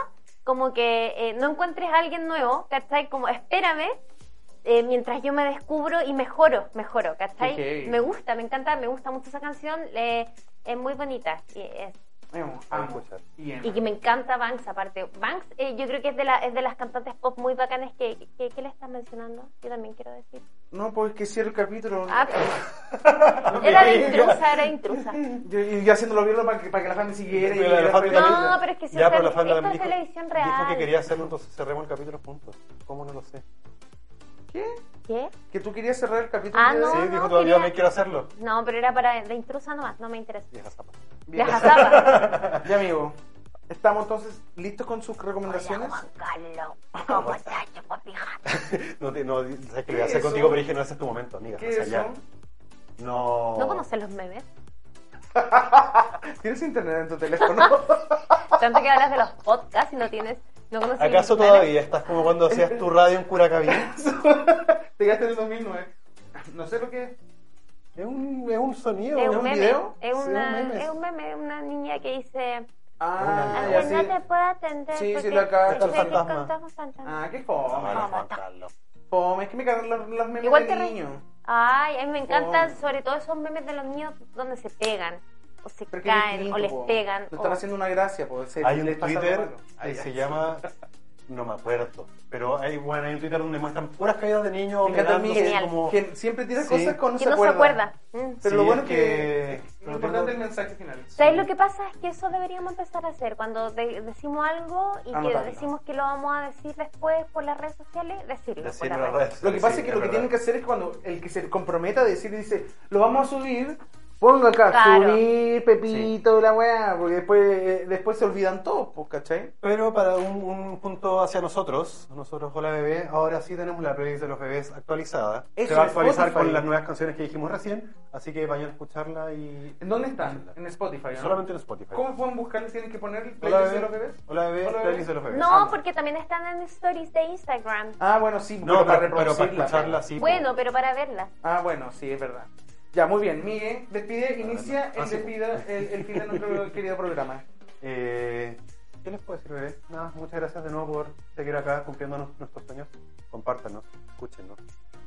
Speaker 3: como que eh, no encuentres a alguien nuevo, ¿cachai? Como espérame, eh, mientras yo me descubro y mejoro, mejoro, ¿cachai?
Speaker 2: Ok.
Speaker 3: Me gusta, me encanta, me gusta mucho esa canción, eh, es muy bonita. Y, es-
Speaker 2: Amo,
Speaker 4: Voy a
Speaker 2: amo.
Speaker 4: escuchar.
Speaker 2: Y Emma.
Speaker 3: y que me encanta Banks aparte. Banks eh, yo creo que es de, la, es de las cantantes pop muy bacanas que, que, que le estás mencionando, yo también quiero decir.
Speaker 2: No, pues que cierre el capítulo.
Speaker 3: Ah, Era de intrusa, era de intrusa.
Speaker 2: Yo, y yo haciéndolo bien para que, para que la fan me siguiera. y-
Speaker 4: Pero la fan
Speaker 3: No,
Speaker 4: también-
Speaker 3: pero es que si
Speaker 4: ya,
Speaker 3: esta-
Speaker 4: pero la fan
Speaker 3: esta
Speaker 4: también
Speaker 3: es
Speaker 4: dijo-
Speaker 3: televisión
Speaker 4: Dijo
Speaker 3: real.
Speaker 4: que quería hacerlo, entonces cerremos el capítulo juntos. ¿Cómo no lo sé?
Speaker 2: ¿Qué?
Speaker 3: ¿Qué?
Speaker 2: Que tú querías cerrar el capítulo.
Speaker 3: Ah, no.
Speaker 4: sí, dijo todavía
Speaker 3: quería-
Speaker 4: me quiero hacerlo.
Speaker 3: No, pero era para de intrusa nomás, no me interesa.
Speaker 4: Vieja zapa.
Speaker 2: Bien.
Speaker 3: Vieja zapa.
Speaker 2: ya, amigo. ¿Estamos entonces listos con sus recomendaciones?
Speaker 3: Juan Carlos, ¿cómo estás, chupapija?
Speaker 4: No, te- no, sabes que lo voy
Speaker 2: ¿Qué
Speaker 4: a hacer
Speaker 2: es
Speaker 4: contigo,
Speaker 2: eso?
Speaker 4: pero dije, no, ese es tu momento, amiga.
Speaker 2: ¿Qué
Speaker 4: o sea,
Speaker 2: es
Speaker 4: ya.
Speaker 2: eso?
Speaker 4: No.
Speaker 2: Oh.
Speaker 3: ¿No conoces los memes?
Speaker 2: ¿Tienes internet en tu teléfono?
Speaker 3: Tanto que hablas de los podcasts y no tienes... No conoces
Speaker 4: ¿Acaso
Speaker 3: los memes.
Speaker 4: todavía estás como cuando hacías tu radio en Curacaví?
Speaker 2: Te gasté en el 2009. No sé lo que es.
Speaker 4: Es un, es un sonido.
Speaker 3: Es
Speaker 2: ¿Es
Speaker 3: un
Speaker 2: un
Speaker 3: meme,
Speaker 2: video?
Speaker 3: es
Speaker 4: Sí,
Speaker 3: una,
Speaker 4: un meme.
Speaker 3: es un meme, una niña que dice...
Speaker 2: Ah,
Speaker 4: Ah,
Speaker 2: ya
Speaker 3: "Aunque
Speaker 2: sí.
Speaker 3: no te puedo atender
Speaker 2: Sí, sí,
Speaker 3: porque
Speaker 2: lo acabo de
Speaker 3: estoy
Speaker 4: escuchar.
Speaker 3: feliz
Speaker 4: Fantasma.
Speaker 3: con todos los
Speaker 2: Ah, qué fome.
Speaker 4: Ahora,
Speaker 3: Vamos,
Speaker 4: Juan
Speaker 3: está.
Speaker 4: Carlos.
Speaker 2: Fome, es que me cagan los, los memes
Speaker 3: Igual
Speaker 2: de
Speaker 3: te re-
Speaker 2: niño.
Speaker 3: Ay, a mí me encantan
Speaker 2: Oh.
Speaker 3: sobre todo esos memes de los niños donde se pegan o se
Speaker 2: Pero que es
Speaker 3: caen
Speaker 2: distinto,
Speaker 3: o les
Speaker 2: po.
Speaker 3: pegan.
Speaker 2: No
Speaker 3: o-
Speaker 2: están haciendo una gracia, po. Se-
Speaker 4: Hay un
Speaker 2: les pasa algo
Speaker 4: Twitter
Speaker 2: malo.
Speaker 4: que
Speaker 2: Ay,
Speaker 4: se
Speaker 2: ay.
Speaker 4: llama. No me acuerdo. Pero hay, bueno, hay un Twitter donde muestran puras caídas de niños.
Speaker 2: Me encanta a mí
Speaker 4: mirándose
Speaker 3: Genial.
Speaker 4: como-
Speaker 2: que siempre tira
Speaker 4: Sí.
Speaker 2: cosas con
Speaker 3: que no se acuerda. Mm.
Speaker 2: Pero
Speaker 4: Sí,
Speaker 2: lo bueno
Speaker 4: es
Speaker 2: es que...
Speaker 4: que-
Speaker 2: Lo importante es el mensaje final.
Speaker 3: ¿Sabes lo que pasa? Es que eso deberíamos empezar a hacer. Cuando de- decimos algo y
Speaker 2: Anotarlo.
Speaker 3: que decimos que lo vamos a decir después por las redes sociales, decirlo.
Speaker 4: Decirlo
Speaker 3: por
Speaker 4: en
Speaker 3: las
Speaker 4: las
Speaker 3: redes.
Speaker 4: redes.
Speaker 2: Lo que pasa
Speaker 4: Sí,
Speaker 2: es que
Speaker 4: es
Speaker 2: lo que
Speaker 4: verdad.
Speaker 2: tienen que hacer es cuando el que se comprometa a decir y dice, lo vamos a subir, ponlo acá,
Speaker 3: Claro.
Speaker 2: subir, Pepito, la weá, porque después, eh, después se olvidan todos, pues, ¿cachai?
Speaker 4: Pero para un, un punto hacia nosotros, nosotros Hola Bebé, ahora sí tenemos la playlist de los bebés actualizada.
Speaker 2: Eso
Speaker 4: Se va a
Speaker 2: es
Speaker 4: actualizar
Speaker 2: Spotify.
Speaker 4: con las nuevas canciones que dijimos recién, así que vayan a escucharla y...
Speaker 2: ¿En dónde están? En Spotify, ¿no?
Speaker 4: Solamente en Spotify.
Speaker 2: ¿Cómo pueden buscarles? ¿Tienen que poner el
Speaker 4: Hola
Speaker 2: playlist
Speaker 4: Bebé,
Speaker 2: de los bebés?
Speaker 4: Hola Bebé,
Speaker 2: Hola Bebé.
Speaker 4: playlist de los bebés.
Speaker 3: No, porque también están en stories de Instagram.
Speaker 2: Ah, bueno, sí,
Speaker 4: No,
Speaker 2: pero para
Speaker 4: pero, pero para
Speaker 2: reproducirla.
Speaker 4: escucharla sí. pues.
Speaker 3: Bueno, pero para verlas.
Speaker 2: Ah, bueno, sí, es verdad. Ya, muy bien. Miguel, despide, inicia
Speaker 4: Ah,
Speaker 2: el,
Speaker 4: sí.
Speaker 2: despida, el, el fin de nuestro querido programa.
Speaker 4: Eh, ¿Qué les puedo decir, bebé? Nada, muchas gracias de nuevo por seguir acá cumpliendo nos- nuestros sueños. Compártanos, escúchenos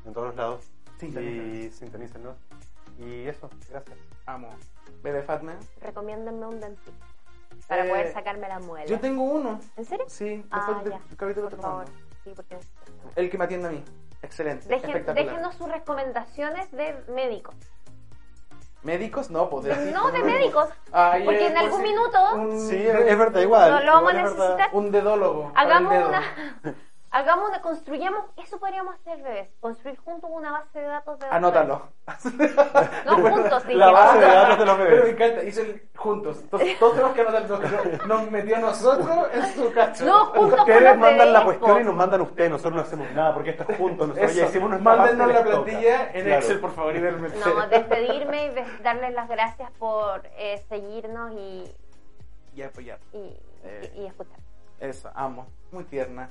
Speaker 4: en todos los lados y
Speaker 2: Sintonícenos.
Speaker 4: sintonícenos. Y eso, gracias.
Speaker 2: Amo. Bebé Fatman.
Speaker 3: Recomiéndenme un dentista para
Speaker 2: Eh,
Speaker 3: poder sacarme la muela.
Speaker 2: Yo tengo uno.
Speaker 3: ¿En serio?
Speaker 2: Sí, después
Speaker 3: Ah,
Speaker 2: del
Speaker 3: ya.
Speaker 2: capítulo
Speaker 3: Por
Speaker 2: te
Speaker 3: favor.
Speaker 2: mando.
Speaker 3: Sí, porque necesito.
Speaker 2: El que me atiende a mí. Excelente.
Speaker 3: Dejen-
Speaker 2: espectacular.
Speaker 3: déjenos sus recomendaciones de médicos.
Speaker 2: ¿Médicos? No, pues, de
Speaker 3: De-
Speaker 2: así
Speaker 3: no,
Speaker 2: como-
Speaker 3: de médicos.
Speaker 2: Ay,
Speaker 3: Porque
Speaker 2: eh,
Speaker 3: en
Speaker 2: pues,
Speaker 3: algún
Speaker 2: sí,
Speaker 3: minuto
Speaker 2: un-
Speaker 4: Sí, es es verdad, igual.
Speaker 3: Lo- lo vamos a
Speaker 4: igual es verdad.
Speaker 3: necesitar.
Speaker 2: Un dedólogo. para el
Speaker 3: hagamos
Speaker 2: dedo.
Speaker 3: una. Hagamos una, construyamos, eso podríamos hacer, bebés, construir juntos una base de datos de
Speaker 2: Anótalo.
Speaker 3: No, juntos, dije.
Speaker 4: La base de datos de los
Speaker 2: Pero me
Speaker 4: bebés.
Speaker 2: encanta, hizo el- juntos. Entonces, todos tenemos que anotar. Nos, nos metió a nosotros en su cacho.
Speaker 3: No, juntos con
Speaker 4: Ustedes
Speaker 3: los
Speaker 4: mandan la
Speaker 3: bebés,
Speaker 4: cuestión y
Speaker 3: po.
Speaker 4: nos mandan ustedes, nosotros no hacemos nada porque esto es juntos. Nosotros
Speaker 2: Eso,
Speaker 4: ya hicimos nuestra
Speaker 2: Mándenos
Speaker 4: parte,
Speaker 2: la
Speaker 4: les toca.
Speaker 2: plantilla en
Speaker 4: Claro.
Speaker 2: Excel, por favor, y denme el
Speaker 3: No, despedirme y des- darles las gracias por eh, seguirnos y,
Speaker 2: Y apoyar.
Speaker 3: y,
Speaker 2: Eh.
Speaker 3: y- y escuchar.
Speaker 2: Eso, amo. Muy tierna.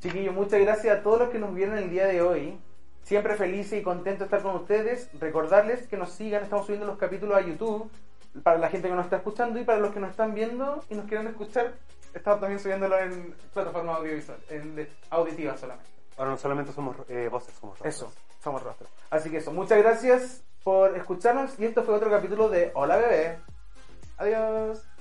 Speaker 2: Chiquillos, muchas gracias a todos los que nos vieron el día de hoy. Siempre felices y contentos de estar con ustedes. Recordarles que nos sigan, estamos subiendo los capítulos a YouTube para la gente que nos está escuchando y para los que nos están viendo y nos quieren escuchar. Estamos también subiéndolo en plataformas audiovisuales, en de- auditivas solamente.
Speaker 4: Ahora no solamente somos eh, voces, somos rostros.
Speaker 2: Eso, somos rostros. Así que eso, muchas gracias por escucharnos y esto fue otro capítulo de Hola Bebé. Adiós.